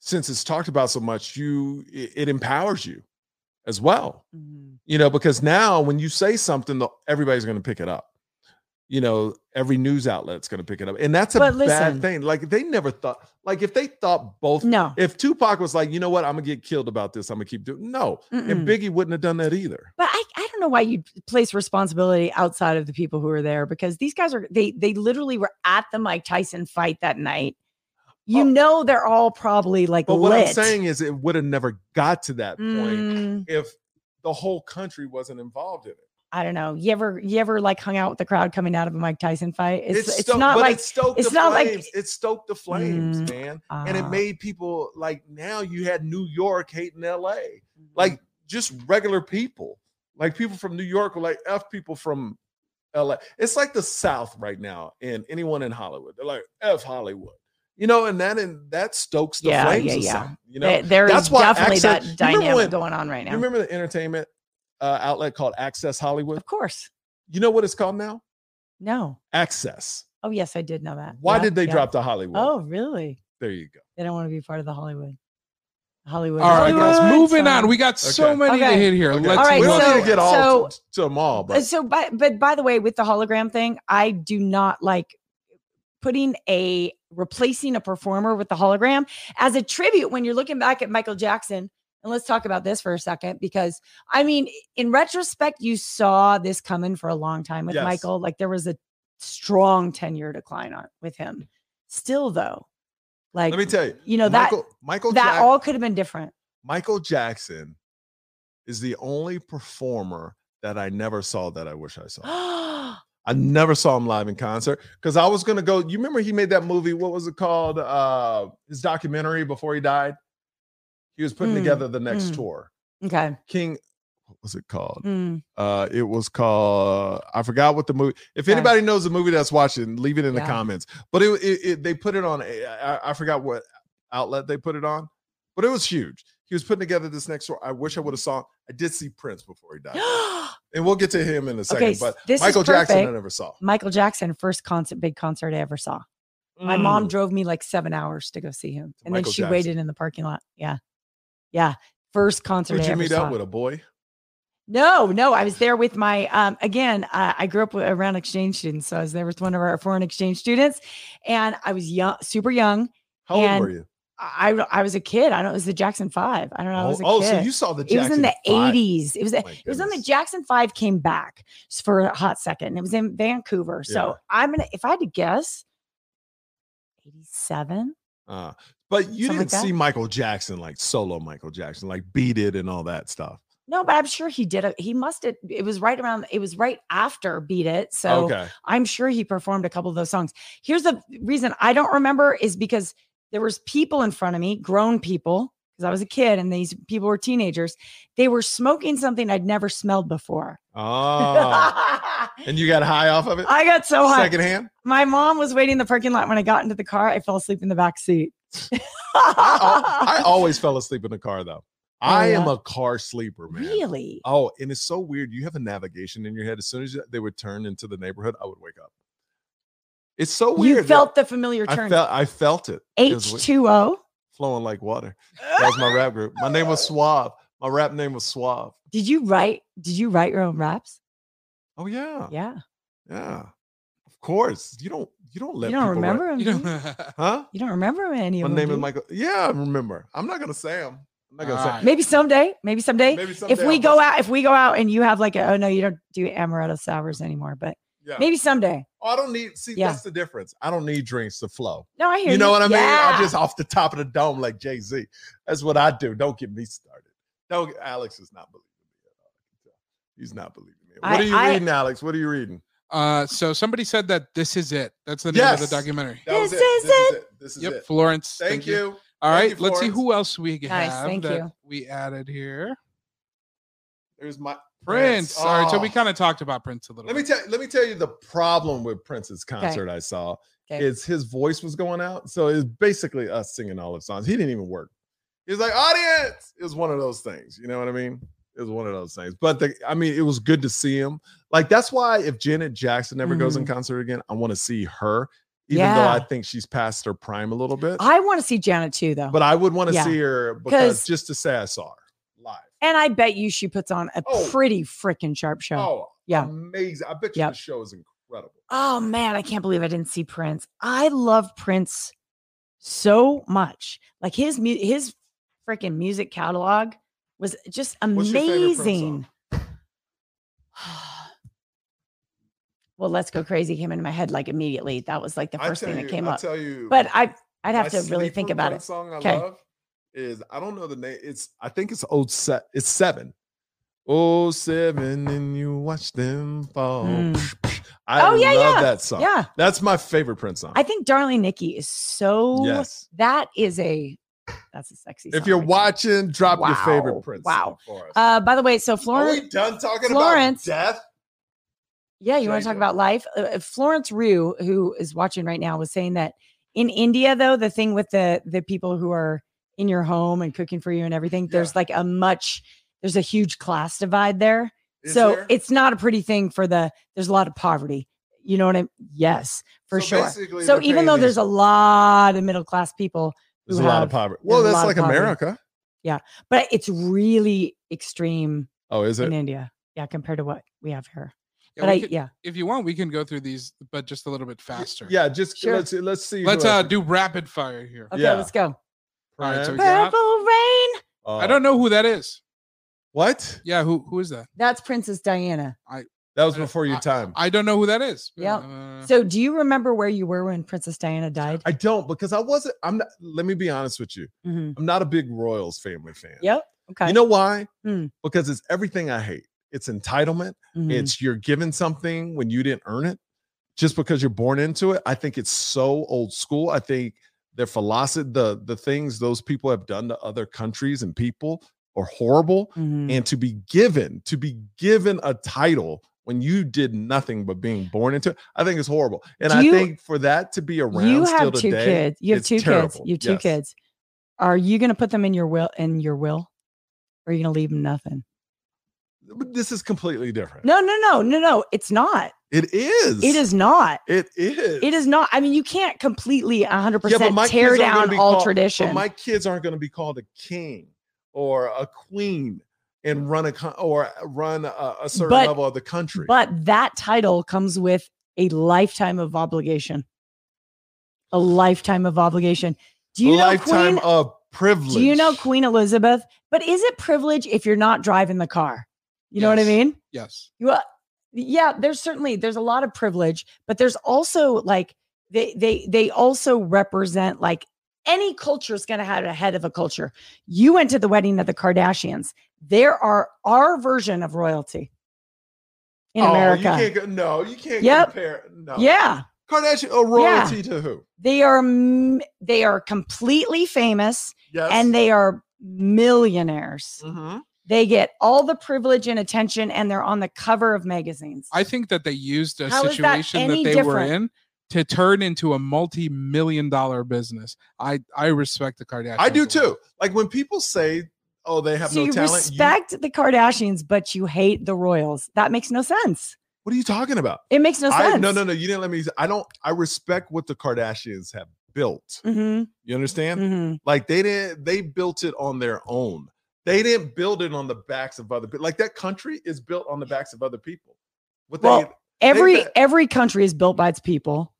since it's talked about so much, you it, it empowers you as well.
Mhm.
You know, because now when you say something, the, everybody's going to pick it up. You know, every news outlet's going to pick it up, and that's a
But
bad
listen-
thing. Like they never thought. Like if they thought both,
no,
if Tupac was like, you know what, I'm gonna get killed about this, I'm gonna keep doing. No,
mm-mm.
and Biggie wouldn't have done that either.
but I, I don't know why you place responsibility outside of the people who are there because these guys are they they literally were at the Mike Tyson fight that night. You
Oh.
know they're all probably like
But
lit.
what I'm saying is, it would have never got to that point
Mm,
if the whole country wasn't involved in it.
I don't know. You ever you ever like hung out with the crowd coming out of a Mike Tyson fight? It's it's,
stoked-
not
but
like
it stoked
it's
the
not like-
flames. it stoked the flames,
Mm,
man. And it
uh,
made people like now you had New York hating LA.
mhm.
Like just regular people. Like people from New York were like F people from LA. It's like the South right now, and anyone in Hollywood. They're like F Hollywood. You know, and that and that stokes the
Yeah,
flames
yeah,
of
yeah.
something, you know.
There- there is
that's why
definitely that
accent- you remember
dynamic
when-
going on right now.
You remember the entertainment uh, outlet called Access Hollywood?
of course.
You know what it's called now?
No.
Access.
Oh yes, I did know that.
Why
Yeah,
did they
yeah.
drop the Hollywood?
Oh really?
There you go.
They don't want to be part of the Hollywood. Hollywood.
All right,
Hollywood.
guys, moving on.
So-
We got so
Okay.
many to
Okay.
hit here.
Okay.
Let's
All right,
we
move
don't
so-
need to get all
so-
to, to them all,
Uh,
but
so but but by the way with the hologram thing i do not like putting a replacing a performer with the hologram as a tribute when you're looking back at michael jackson and let's talk about this for a second because i mean in retrospect you saw this coming for a long time with
Yes.
michael like there was a strong 10 year decline on with him still though like
let me tell you,
you know that
Michael, Michael,
that
Jack-
all could have been different
Michael Jackson is the only performer that I never saw that I wish I saw. I never saw him live in concert because I was gonna go. You remember he made that movie? What was it called? Uh, his documentary before he died. He was putting
Mm,
together the next
mm.
tour.
okay
King, what was it called?
Mm,
Uh, it was called. I forgot what the movie. If
Okay.
anybody knows the movie that's watching, leave it in the
Yeah.
comments. But it, it, it they put it on. a- I, I forgot what outlet they put it on, but it was huge. He was putting together this next tour. I wish I would have saw. I did see Prince before he died, and we'll get to him in a second.
okay
but
this
Michael
is
Jackson, I
perfect.
never saw.
Michael Jackson, first concert, big concert I ever saw. My
Mm.
mom drove me like seven hours to go see him,
Mm. To
and
Michael
then she
Jackson.
waited in the parking lot. Yeah, yeah. First concert
Did
I
you
ever
meet
saw.
up with a boy?
No, no, I was there with my um again, uh, I grew up with, around exchange students, so I was there with one of our foreign exchange students and I was young, super young.
How old
And
were you?
I I don't- I was a kid. I don't it was the Jackson 5. I don't know, I
Oh,
was a
oh,
kid.
so you saw the
it was
Jackson
in the
Five.
80s. It was a,
My
it was when the
goodness.
Jackson Five came back s- for a hot second. and It was in Vancouver. So
Yeah.
I'm gonna, if I had to guess, eighty-seven.
Uh, but
Something
you
like
didn't
that?
see Michael Jackson like solo Michael Jackson, like Beat It and all that stuff.
No, but I'm sure he did. A, he must have. It was right around. It was right after Beat It. So
okay.
I'm sure he performed a couple of those songs. Here's the reason I don't remember is because there was people in front of me, grown people, because I was a kid and these people were teenagers. They were smoking something I'd never smelled before.
Oh. and you got high off of it?
I got so high.
Secondhand?
My mom was waiting in the parking lot when I got into the car. I fell asleep in the back seat.
I, al- I always fell asleep in the car though. I am
Oh, yeah.
a car sleeper, man.
really?
Oh, and it's so weird. You have a navigation in your head. As soon as they would turn into the neighborhood, I would wake up. It's so weird.
You
that
felt the familiar
I
turn.
felt I felt it it was weird.
H2O.
flowing like water. That was my rap group. My name was Suave. My rap name was Suave.
Did you write? Did you write your own raps?
Oh yeah.
Yeah.
Yeah. Of course. You don't you don't let
you don't
people write-
remember them.
You
do You
know-
Huh?
You don't remember any
My
of them.
name
do
is
you?
Michael. Yeah, I remember. I'm not gonna say them. I'm not gonna say 'em.
Alright.
Maybe someday. Maybe someday.
Maybe
if
someday
we
I'll
go
bust-
out, if we go out and you have like a, oh no, you don't do amaretto sours anymore, but
yeah.
maybe someday.
Oh, I don't need. See,
Yeah.
that's the difference. I don't need drinks to flow.
No, I hear you.
You know what I mean?
Yeah.
I just off the top of the dome like Jay Z. That's what I do. Don't get me started. Don't. Alex is not believing me at all. He's not believing me. What
I-
are you
I-
reading, Alex? What are you reading?
Uh, so somebody said that this is it. That's the name of
Yes.
the documentary.
That was
This
it.
is
This is it. This is
Yep,
it.
Florence.
Thank you.
All
Thank
right,
you,
let's see
Florence.
who else we have
Nice, thank
that
you.
we added here.
There's my
Prince. All right, so
Oh.
we kind of talked about Prince a little.
Let me
bit.
tell let me tell you the problem with Prince's concert I saw
Okay.
is his voice was going out, so it's basically us singing all of songs. He didn't even work. He was like, "Audience," it was one of those things. You know what I mean? It was one of those things. But the, I mean, it was good to see him. Like that's why if Janet Jackson never goes in concert again, I want to see her, even though
Mm-hmm. Yeah.
I think she's past her prime a little bit.
I want to see Janet too, though.
but I would want to
Yeah.
see her because
'Cause-
just to say I saw her live.
and I bet you she puts on a
Oh.
pretty freaking sharp show. Oh.
Oh,
Yeah.
amazing! I bet you
Yep.
the show is incredible.
Oh, man, I can't believe I didn't see Prince. I love Prince so much. Like his mu- his freaking music catalog was just
What's your favorite Prince
amazing. well, let's go crazy came into my head like immediately. That was like the
I
first thing
tell
that
you-
came
I
up.
tell you,
But I I'd have
my
to really think
sleeper
about
Prince
it.
Song I
'Kay.
love is I don't know the name. It's I think it's old set. It's seven. Oh seven, and you watch them fall.
Mm.
I
Oh, yeah,
love
yeah,
that song.
Yeah.
That's my favorite Prince song.
I think Darling Nikki is so
yes.
that is a that's a sexy
If
song
you're
right there.
watching, drop your
Wow,
favorite Prince.
wow.
Song for us.
uh by the way, so
Are
Florence
we done talking
Florence-
about death?
Yeah, you want to talk
Jacob.
about life? Uh, uh, Florence Rue, who is watching right now, was saying that in India, though, the thing with the the people who are in your home and cooking for you and everything, there's like a much there's a huge class divide there.
Is
so
there?
it's not a pretty thing for the there's a lot of poverty. You know what I mean? Yes, for
So
sure.
basically
So
they're
even
paying
though
these-
there's a lot of middle class people,
there's
who
a lot
have-
of poverty. Well,
there's a
that's
lot of
like
poverty.
America.
but it's really extreme
Oh, is
in
it?
India. Yeah, compared to what we have here.
Yeah,
but
we
I,
could-
yeah,
If you want, we can go through these, but just a little bit faster.
Yeah, just
Sure.
let's let's see. who
Let's
else
uh
we-
do rapid fire here.
okay,
Yeah.
let's go.
All right, so
Prince.
we got,
Purple rain.
I don't know who that
Uh,
is.
what.
Yeah, who who is that?
That's Princess Diana.
That was
I don't-
before your
I-
time.
I don't know who that is.
Yeah.
Mm.
Uh,
So, do you remember where you were when Princess Diana died?
I don't because I wasn't. I'm not. Let me be honest with you.
Mhm.
I'm not a big Royals family fan.
Yep. Okay.
You know why?
Hmm.
Because it's everything I hate. It's entitlement.
Mhm.
It's you're given something when you didn't earn it, just because you're born into it. I think it's so old school. I think their philosophy, the the things those people have done to other countries and people are horrible.
Mhm.
And to be given to be given a title when you did nothing but being born into it, I think it's horrible. And
Do
I
you-
think for that to be around
you
still
have two
today,
kids. You have
it's
two kids.
terrible.
You have two
Yes.
kids. Are you going to put them in your will? In your will, or are you going to leave them nothing?
But this is completely different.
No, no, no, no, no. It's not.
It is.
It is not.
It is.
It is not. I mean, you can't completely 100%
my
tear
kids aren't gonna
down
be
all
called-
tradition.
But my kids aren't going to be called a king or a queen and run a con- or run a, a certain
But-
level of the country.
But that title comes with a lifetime of obligation. A lifetime of obligation. Do you know
lifetime
Queen?
of privilege.
Do you know Queen Elizabeth? But is it privilege if you're not driving the car? You know what I
Yes.
mean?
yes.
Well, yeah, there's certainly there's a lot of privilege, but there's also like they they they also represent like any culture is going to have a head of a culture. You went to the wedding of the Kardashians. There are our version of royalty in
Oh,
America.
You can't, go- no, you can't
Yep.
compare. No.
Yeah.
Kardashian or
Yeah.
royalty to who?
They are m- they are completely famous
Yes.
and they are millionaires.
Mhm.
They get all the privilege and attention and they're on the cover of magazines.
I think that they used a
How is that
situation that,
any
they were
different?
in to turn into a multi-million dollar business. I I respect the Kardashians.
I
a
do
lot.
too. Like when people say, "Oh, they have
so
no
you
talent." you-
respect the Kardashians but you hate the royals. That makes no sense.
what are you talking about?
It makes no
I,
sense.
no, no, no. You didn't let me. I don't. I respect what the Kardashians have built.
Mhm,
You understand?
mhm.
Like they didn't. They built it on their own. They didn't build it on the backs of other people. Like that country is built on the backs of other people. What they
Well, Every
bet-
every country is built by its people.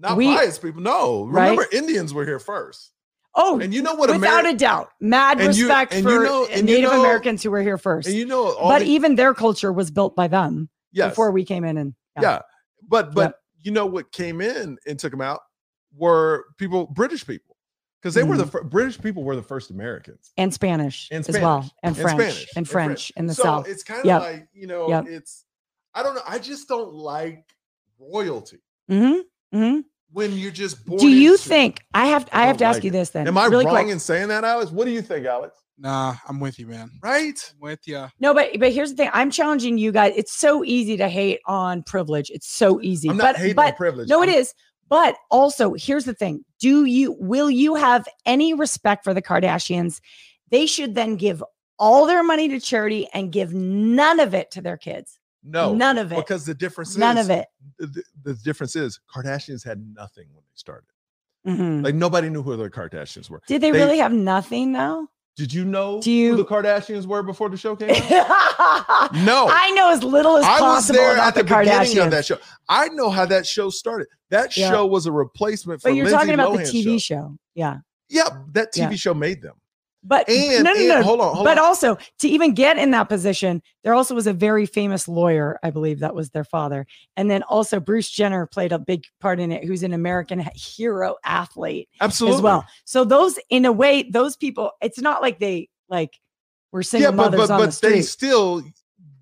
not
we-
biased people. No,
Right?
remember Indians were here first,
Oh,
and you know what?
without
Ameri-
a doubt. Mad
And you-
respect
and
for
you know- and you
Native
know-
Americans who were here first.
and you know all
but
the-
even their culture was built by them
yes.
before we came in and
yeah but but
Yep.
you know what came in and took them out were people british people because they were
Mm.
the fir- british people were the first americans
and Spanish
And
as well,
Spanish,
and
and
French, and
Spanish,
French,
and French.
in the
so
South.
it's kind of
Yep.
like you know
Yep.
it's i don't know i just don't like royalty
hmm hmm
when you're just born.
do you
into it.
think I have? I
I
have to
don't
ask
like
you
it.
this then.
Am I
really
wrong
quick.
in saying that, Alex? What do you think, Alex?
Nah, I'm with you, man.
Right?
I'm with you.
No, but but here's the thing. I'm challenging you guys. It's so easy to hate on privilege. It's so easy.
I'm not
but
hating
but
on privilege.
No,
I'm-
it is. But also, here's the thing: Do you will you have any respect for the Kardashians? They should then give all their money to charity and give none of it to their kids.
No,
none of it.
because the difference
None
is
of it.
The, the difference is Kardashians had nothing when they started.
Mhm.
Like nobody knew who the Kardashians were.
Did they,
they-
really have nothing though?
Did you know
Do you-
who the Kardashians were before the show came out?
I
No.
know as little as
I was
possible
there
about
at the, beginning
Kardashians.
of that show. I know how that show started. That
Yeah.
show was a replacement for
but you're
Lindsay
talking about
Lohan's
the TV
show.
show. Yeah.
Yeah, that
Yeah.
TV show made them.
But
And,
no, no,
and-
no.
hold on, hold
but
on.
also to even get in that position, there also was a very famous lawyer, I believe that was their father. And then also Bruce Jenner played a big part in it, who's an American hero athlete
Absolutely.
as well. So those in a way, those people, it's not like they like were
Yeah,
single
but
mothers
but,
on the
but they
street.
still
you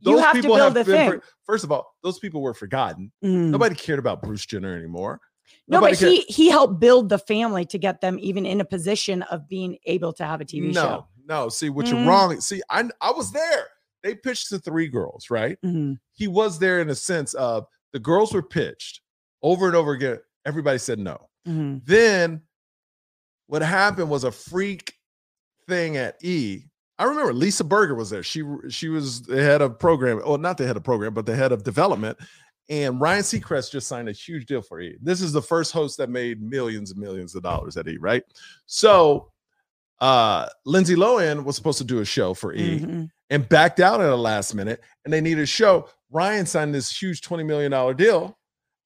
those
have to
people
build a
have been for-
thing.
first of all, those people were forgotten.
Mm.
Nobody cared about Bruce Jenner anymore.
no, but
cared-
he he helped build the family to get them even in a position of being able to have a TV
no,
show.
no. See what you're
Mm.
wrong. See, I I was there. They pitched the three girls, right?
Mhm.
He was there in a sense of the girls were pitched over and over again. Everybody said no.
Mhm.
Then what happened was a freak thing at E. I remember Lisa Berger was there. She she was the head of program, or not the head of program, but the head of development. And Ryan Seacrest just signed a huge deal for E. This is the first host that made millions and millions of dollars at E, right? So uh Lindsay Lohan was supposed to do a show for E
Mhm.
and backed out at the last minute and they needed a show. Ryan signed this huge $20 million deal.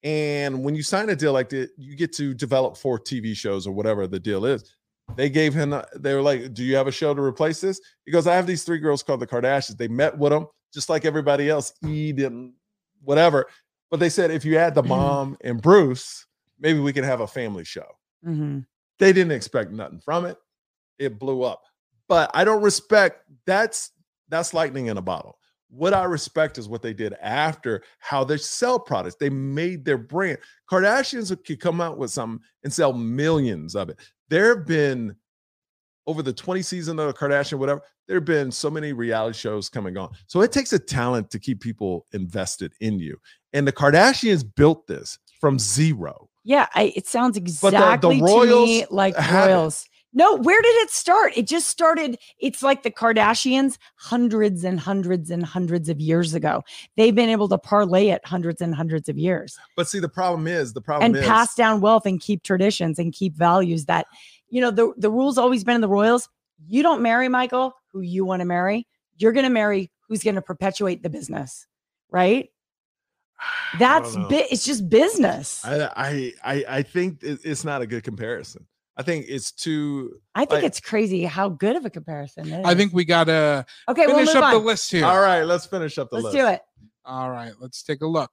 And when you sign a deal like that, you get to develop four TV shows or whatever the deal is. They gave him, a- they were like, Do you have a show to replace this? He goes, I have these three girls called the Kardashians. They met with him, just like everybody else, Ed and whatever. But they said, If you add the
Mhm.
mom and Bruce, maybe we can have a family show Mm-hmm.
Mhm.
they didn't expect nothing from it it blew up but i don't respect that's that's lightning in a bottle what i respect is what they did after how they sell products they made their brand kardashians could come out with something and sell millions of it there have been over the 20 season of the kardashian whatever there have been so many reality shows coming on so it takes a talent to keep people invested in you and the kardashians built this from zero
Yeah, I, it sounds
the- the
exactly
royals
to me like
have it.
royals. No, where did it start? It just started. It's like the Kardashians, hundreds and hundreds and hundreds of years ago. They've been able to parlay it hundreds and hundreds of years
but see the problem is the problem
and
is
pass down wealth and keep traditions and keep values that, you know, the, the rule's always been in the royals you don't marry Michael, who you want to marry. You're going to marry who's going to perpetuate the business, right?
I don't
That's
know.
bi- it's just business. I,
I I I, I think it, it's not a good comparison. I think it's too.
think
I-
it's crazy how good of a comparison it is.
I think we gotta
Okay, we'll
finish
move on.
up the list here.
All right, let's finish up the
Let's
list.
do it.
All right, let's take a look.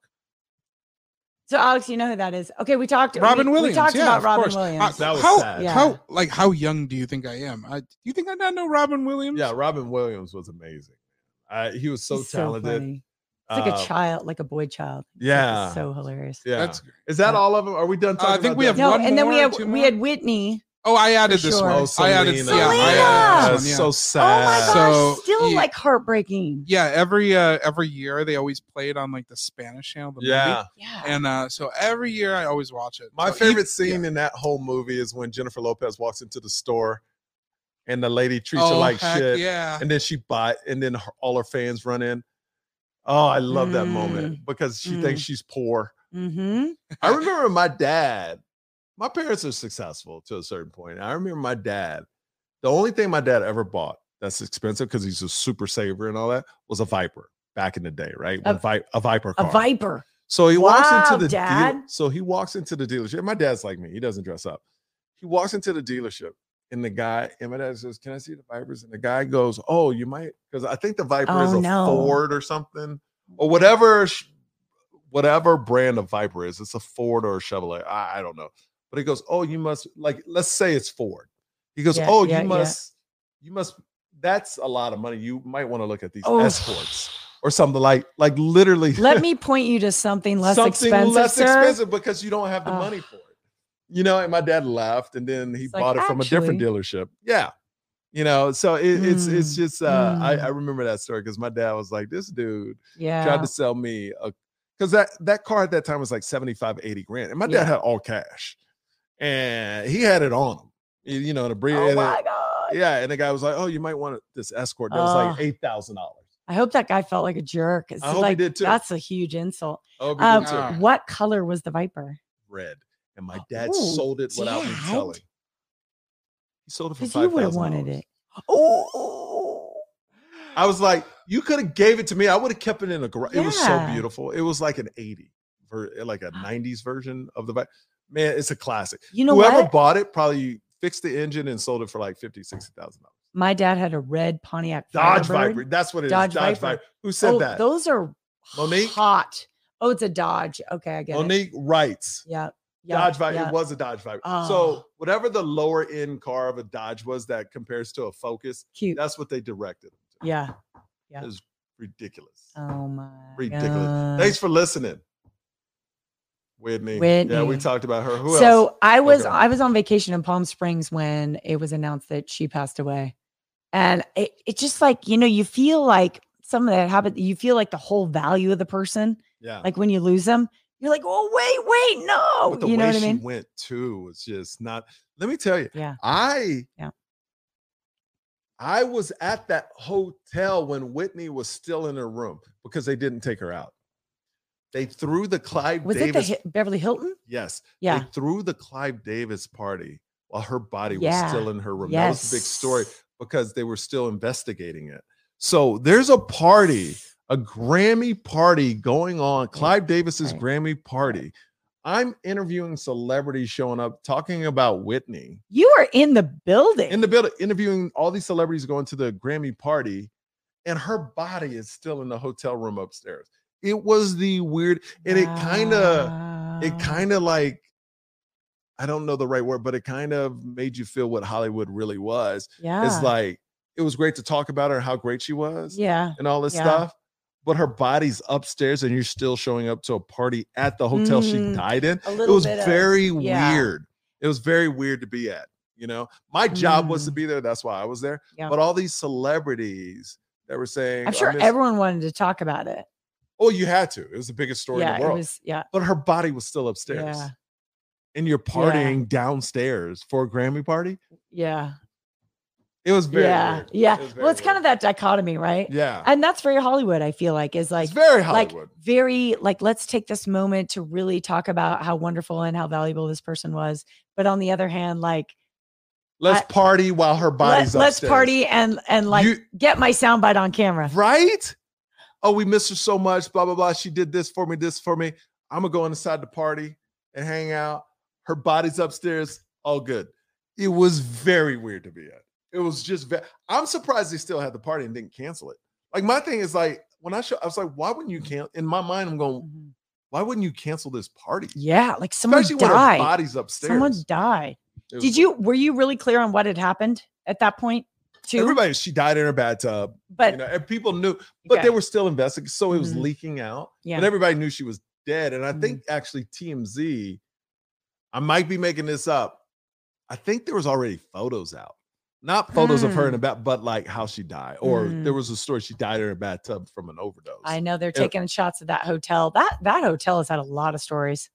So, Alex, you know who that is. Okay, we talked. we-
Robin
we,
Williams.
talked
yeah,
about
of
Robin
course. Uh,
Williams.
Ah, That was
how,
sad.
Yeah.
how like how young do you think I am? I, do you think I not know Robin Williams?
Yeah, Robin Williams was amazing. Uh, he was so
He's
talented.
funny. it's like a
Uh,
child, like a boy child. It's like, it's
yeah.
so hilarious.
Yeah,
That's great.
is that all of them? Are we done?
I
Talking
think
about
we have
them?
No,
one
and then we
more,
had
two
we
more?
had Whitney.
Oh, I added this
sure.
one.
Oh,
I added.
Selena.
Yeah, I
Yeah,
added
that's
this one, yeah.
so
Oh my gosh,
sad.
So,
still
yeah.
like heartbreaking.
yeah, every uh, every year they always play it on like the Spanish channel. The
yeah,
Yeah.
Movie. And uh, so every year I always watch it.
my
So ev-
favorite scene in that whole movie is when Jennifer Lopez walks into the store, and the lady treats her
oh,
like
heck
shit,
Yeah.
and then she bought, and then her, all her fans run in. Oh, I love that
Mm,
moment because she thinks she's poor.
mm-hmm.
I remember my dad. My parents are successful to a certain point. I remember my dad. The only thing my dad ever bought that's expensive because he's a super saver and all that was a Viper back in the day, right? When
A-
Vi- a Viper
A
car.
viper.
So he walks
Wow,
into the deal-
Dad.
so he walks into the dealership. My dad's like me; he doesn't dress up. He walks into the dealership, and the guy and my dad says, "Can I see the Vipers?" And the guy goes, "Oh, you might," because I think the Viper is
Oh,
a
no.
Ford or something or whatever, sh- whatever brand of Viper is. It's a Ford or a Chevrolet. I, I don't know. But he goes, "Oh, you must like let's say it's Ford." He goes,
Yeah,
"Oh,
yeah,
you
yeah.
must, you must." That's a lot of money. You might want to look at these
Oh.
escorts or something like like literally
Let me point you to something less
something
expensive,
less
sir.
expensive because you don't have the
Ugh.
money for it. you know, and my dad left and then he
It's like,
bought it from a different
"Actually."
dealership. Yeah. You know, so it, it's it's
Mm,
just uh I, I
mm.
remember that story because my dad was like, This dude
Yeah.
tried to sell me a because that that car at that time was like 75, 80 grand. And my dad
Yeah.
had all cash and he had it on him, you you know, in a brief.
oh my god.
yeah, and the guy was like, Oh, you might want this escort. That was like
Oh.
eight thousand dollars.
I hope that guy felt like a jerk. It's
hope he
like,
did too.
That's a huge insult.
Oh,
Um,
too. Ah.
What color was the viper?
red. And my
Oh,
dad
ooh,
sold it without me
Dad.
telling. He sold it for
Because you
five
would have
thousand.
wanted it. Oh.
I was like, you could have gave it to me. I would have kept it in a garage. It was so
Yeah.
beautiful. It was like an 80 ver- like a 90s version of the bike. Man, it's a classic.
You know
Whoever
what?
bought it probably fixed the engine and sold it for like 50, 60,000 dollars.
My dad had a red Pontiac
Dodge
Firebird.
Viper. That's what it is.
Dodge
Dodge Viper.
Viper.
Who said
oh,
that?
Those are
Monique?
hot. Oh, it's a Dodge. Okay, I get it.
Monique writes.
Yeah. yeah,
Dodge Viper.
yeah.
It was a Dodge Viper.
Ah.
So whatever the lower end car of a Dodge was that compares to a Focus,
cute.
that's what they directed.
Yeah. Yeah.
It's ridiculous.
Oh my.
Ridiculous.
God.
Thanks for listening. Whitney. Yeah, we
Whitney.
talked about her. Who
so
else?
I was
Okay.
I was on vacation in Palm Springs when it was announced that she passed away, and it it just like you know you feel like some of that happened. You feel like the whole value of the person,
Yeah.
like when you lose them, you're like, oh wait, wait, no,
But the
you know
way
what I
she
mean?
went too was just not. Let me tell you.
Yeah.
I.
Yeah.
I was at that hotel when Whitney was still in her room because they didn't take her out. They threw the Clive
Was it the
Davis.
Hi- Beverly Hilton?
yes.
Yeah,
They threw the Clive Davis party while her body was still
Yeah.
in her room.
yes.
That was a big story. because they were still investigating it. So there's a party, a Grammy party going on, Clive Davis's
Right.
Grammy party. I'm interviewing celebrities showing up, talking about Whitney
You are in the building.
in the building, interviewing all these celebrities going to the Grammy party, and her body is still in the hotel room upstairs. It was the weird, and it kind of, it
Uh-huh.
kind of like, I don't know the right word, but it kind of made you feel what Hollywood really was
yeah.
it's like it was great to talk about her and how great she was
yeah.
and all this
yeah.
stuff but her body's upstairs and you're still showing up to a party at the hotel she
Mm,
died in
A
it
little
was
bit of-
very
yeah.
weird it was very weird to be at you know my job was to
Mm.
be there that's why i was there
Yeah.
but all these celebrities that were saying
I'm
"I
sure
miss-"
everyone wanted to talk about it.
oh you had to it was the biggest story
yeah,
in the world
it was. Yeah,
but her body was still upstairs
yeah,
and you're partying downstairs for a grammy party
yeah,
it was very
yeah,
weird.
yeah.
It was
well,
very
it's kind of that dichotomy, right?
yeah
And that's very Hollywood. I feel like is like
it's very
like
hollywood
very like let's take this moment to really talk about how wonderful and how valuable this person was. But on the other hand, like
Let's
I-
party while her body's
let, let's
upstairs.
party and and like
You-
get my soundbite on camera.
right? Oh, we miss her so much. Blah blah blah. She did this for me. This for me. I'm gonna go inside the party and hang out. Her body's upstairs. All good. It was very weird to be at. It was just. Ve- I'm surprised they still had the party and didn't cancel it. Like my thing is like when I show, I was like, why wouldn't you cancel? In my mind, I'm going,
Mhm.
why wouldn't you cancel this party?
Yeah, like someone
Especially when her
died.
body's upstairs.
Someone died.
It was
Did you were you really clear on what had happened at that point? Too,
Everybody, she died in her bathtub.
but
you know, and people knew. but
okay,
they were still investigating. So it was
Mhm.
leaking out,
yeah.
and everybody knew she was dead. And I
Mhm.
think actually TMZ, I might be making this up. I think there was already photos out, not photos of her in a bat, but like how she died, or there
Mm.
was a story she died in a bathtub from an overdose.
I know they're
Yeah.
taking shots at that hotel. That that hotel has had a lot of stories.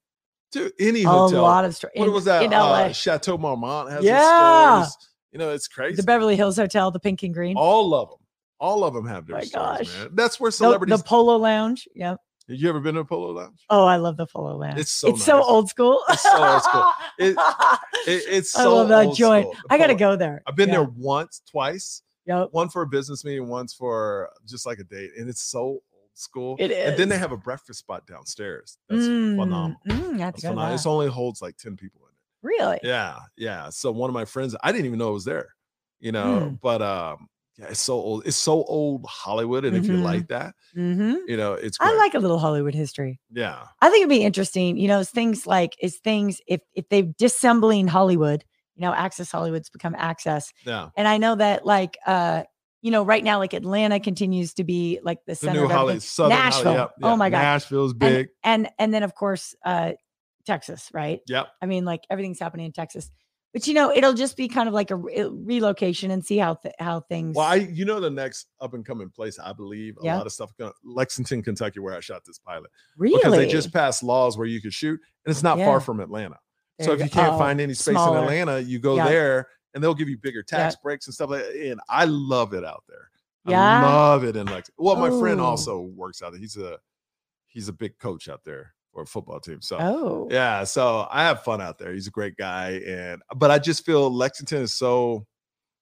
to any
A
hotel.
lot of stories.
what was that?
in LA?
Uh, Chateau Marmont has
Yeah.
yeah. stories. You know, it's crazy.
the Beverly Hills Hotel, the Pink and Green,
All of them. All of them have their
My
stories,
gosh.
man. That's where
the,
celebrities.
the Polo Lounge. Yep.
you ever been to a polo lounge?
Oh, I love the Polo Lounge.
It's so
it's so
nice.
old school.
It's so old school. It- It- it's so
I love that
old
joint.
school. The
I gotta
Polo-
go there.
I've been
Yeah.
there once, twice.
Yep.
one for a business meeting, once for just like a date, and it's so old school.
It is.
and then they have a breakfast spot downstairs. That's
Mm,
phenomenal.
mm, I have to
That's
go to
phenomenal. It
that.
only holds like ten people in
Really?
it. Yeah, yeah. So one of my friends, I didn't even know it was there. You know,
Mm.
but um, yeah, it's so old. It's so old Hollywood, and if you
Mhm.
like that,
hmm
you know, it's. Great.
I like a little Hollywood history.
Yeah,
I think it'd be interesting, you know, is things like is things if if they're dissembling Hollywood, you know, Access Hollywood's become Access.
yeah.
And I know that like uh you know, right now, like Atlanta continues to be like the
The
center
new
of everything. oh
Hollywood, Southern Holly-
Nashville.
yep,
Oh
yep.
my God.
Nashville's
And-
big.
And and then of course, uh Texas, right?
Yep.
I mean, like everything's happening in Texas. But you know, it'll just be kind of like a re- relocation and see how th- how things.
Well, I you know the next up and coming place, I believe a
Yeah.
lot of stuff gonna Lexington, Kentucky, where I shot this pilot.
really?
Because they just passed laws where you could shoot, and it's not
Yeah.
far from Atlanta. so
There
if you
go.
can't
Oh,
find any space
smaller.
in Atlanta, you go
Yeah.
there and they'll give you bigger tax
Yeah.
breaks and stuff like that. And I love it out there. I
Yeah. Oh.
love it in Lex. Well, my friend
Ooh.
also works out there. He's a he's a big coach out there for a football team. So
oh,
yeah, so I have fun out there. He's a great guy, and but I just feel Lexington is so,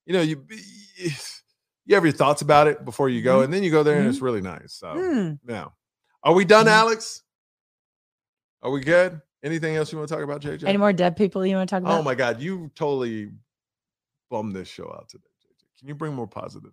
you know, you you have your thoughts about it before you go,
Mhm.
and then you go there and it's really nice. So
Hmm.
yeah, are we done,
Mhm.
Alex? Are we good? Anything else you want to talk about, JJ?
Any more dead people you want to talk about?
Oh my God, you totally bummed this show out today. JJ. Can you bring more positive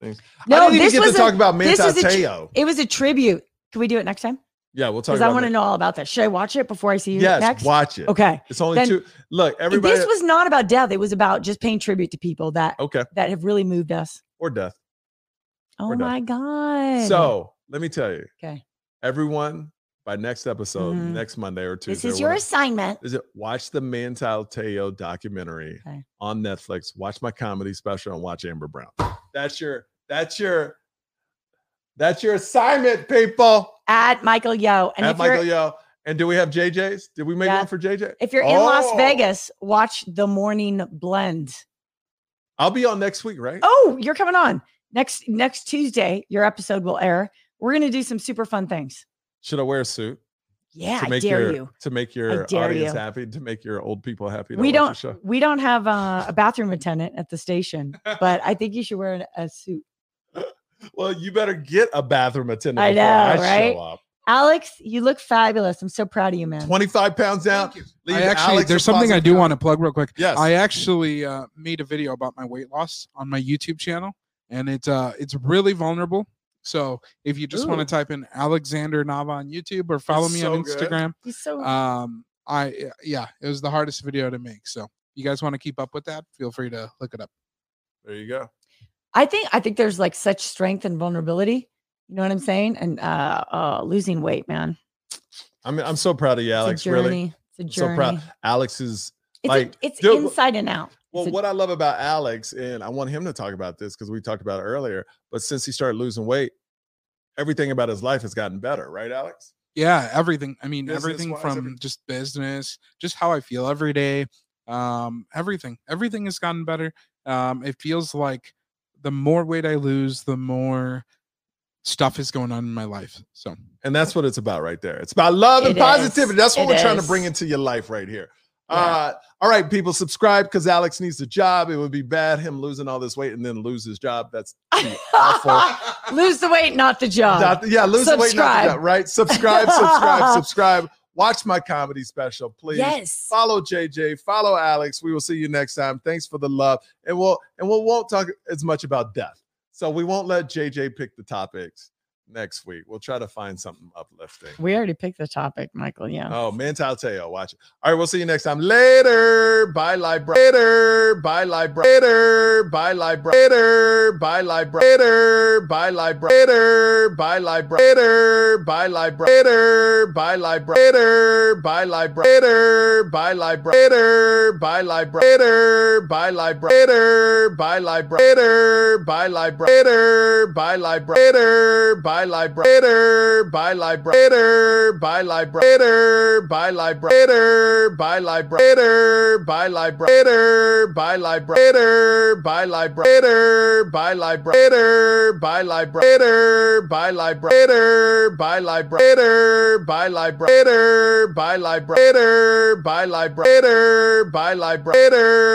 things? I
No,
didn't
this
even get
was
to
a-
talk about
this
Manta
is a tr-
Teo.
It was a tribute. Can we do it next time?
yeah, we'll talk
Because
about.
I want
it.
to know all about that. Should I watch it before I see you
Yes,
next?
watch it.
Okay.
It's only
Then-
two. Look, everybody. Oh.
This was not about death. It was about just paying tribute to people that
okay,
that have really moved us.
or death.
Oh
We're done.
my god.
So let me tell you.
Okay.
Everyone, by next episode,
Mhm.
next Monday or Tuesday,
this is
or
your
whatever,
assignment.
is it watch the Mantil Teo documentary
Okay.
on Netflix? Watch my comedy special and watch Amber Brown. That's your. That's your. That's your assignment, people.
At Michael Yo. And
At
if you're
Michael Yo. And do we have JJ's? Did we make
Yeah.
one for JJ?
if you're in Las
Oh.
Vegas, watch the morning blend.
I'll be on next week, right?
Oh, you're coming on. Next next Tuesday, your episode will air. We're gonna do some super fun things.
Should I wear a suit
Yeah, I
make
dare
your
you.
to make your
dare
audience
you.
happy, to make your old people happy? that
We
watch the
don't
show?
we don't have uh, a bathroom attendant at the station, but I think you should wear an- a suit.
Well, you better get a bathroom attendant.
I
before
know,
Show up.
Alex, you look fabulous. I'm so proud of you, man.
25 pounds down. Leave
I actually,
Alex
there's
a
something I
positive
do
comment.
want to plug real quick.
Yes.
I actually uh, made a video about my weight loss on my YouTube channel, and it's uh, it's really vulnerable. So if you just want
Ooh.
to type in Alexander Nava on YouTube or follow
It's
me
so
on
good.
Instagram,
He's so
um, I yeah, it was the hardest video to make. So you guys want to keep up with that? Feel free to look it up.
there you go.
I think I think there's like such strength and vulnerability. You know what I'm saying? And uh, uh losing weight, man.
I mean, I'm so proud of you, Alex.
it's a journey.
Really,
It's a
so
journey.
proud. Alex is
It's,
Like,
a, it's
dude, wh-
inside and out.
well.
It's a-
What I love about Alex, and I want him to talk about this because we talked about it earlier. But since he started losing weight, everything about his life has gotten better, right, Alex?
Yeah, everything. I mean, everything
Business-wise,
from
everything.
just business, just how I feel every day. Um, everything, everything has gotten better. Um, it feels like the more weight I lose, the more stuff is going on in my life. So
And that's what it's about, right there. It's about love
It
and
is.
positivity. That's what
It
we're trying to
is.
bring into your life, right here.
Yeah.
Uh, all right, people, subscribe because Alex needs a job. It would be bad him losing all this weight and then lose his job. That's awful.
Lose the weight, not the job.
Not the- yeah, lose the weight, not the
subscribe.
job, right? Subscribe, subscribe, subscribe. Watch my comedy special, please.
yes.
Follow JJ, follow Alex. We will see you next time. Thanks for the love, and we'll and we won't talk as much about death. So we won't let JJ pick the topics next week. We'll try to find something uplifting.
We already picked the topic, Michael. Yeah.
Oh, Mantal Teo, watch it. All right, we'll see you next time. Later. Bye, librator. Bye, librator. Bye, librator. Bye, librator. Bye, librator. Bye, librator. Bye, librator. Bye, librator. Bye, librator. Bye, librator. Bye, librator. Bye, librator. Bye, librator. Bye, librator. Bye, librator. Bye, librator. Bye, librator. Bye, librator. Bye, librator. Bye, librator. Bye, librator. Bye, librator. Bye, librator. Bye, librator. Bye, librator. Bye, librator. Bye, librator. Bye, librator. Bye, librator. Bye, librator. Bye, librator.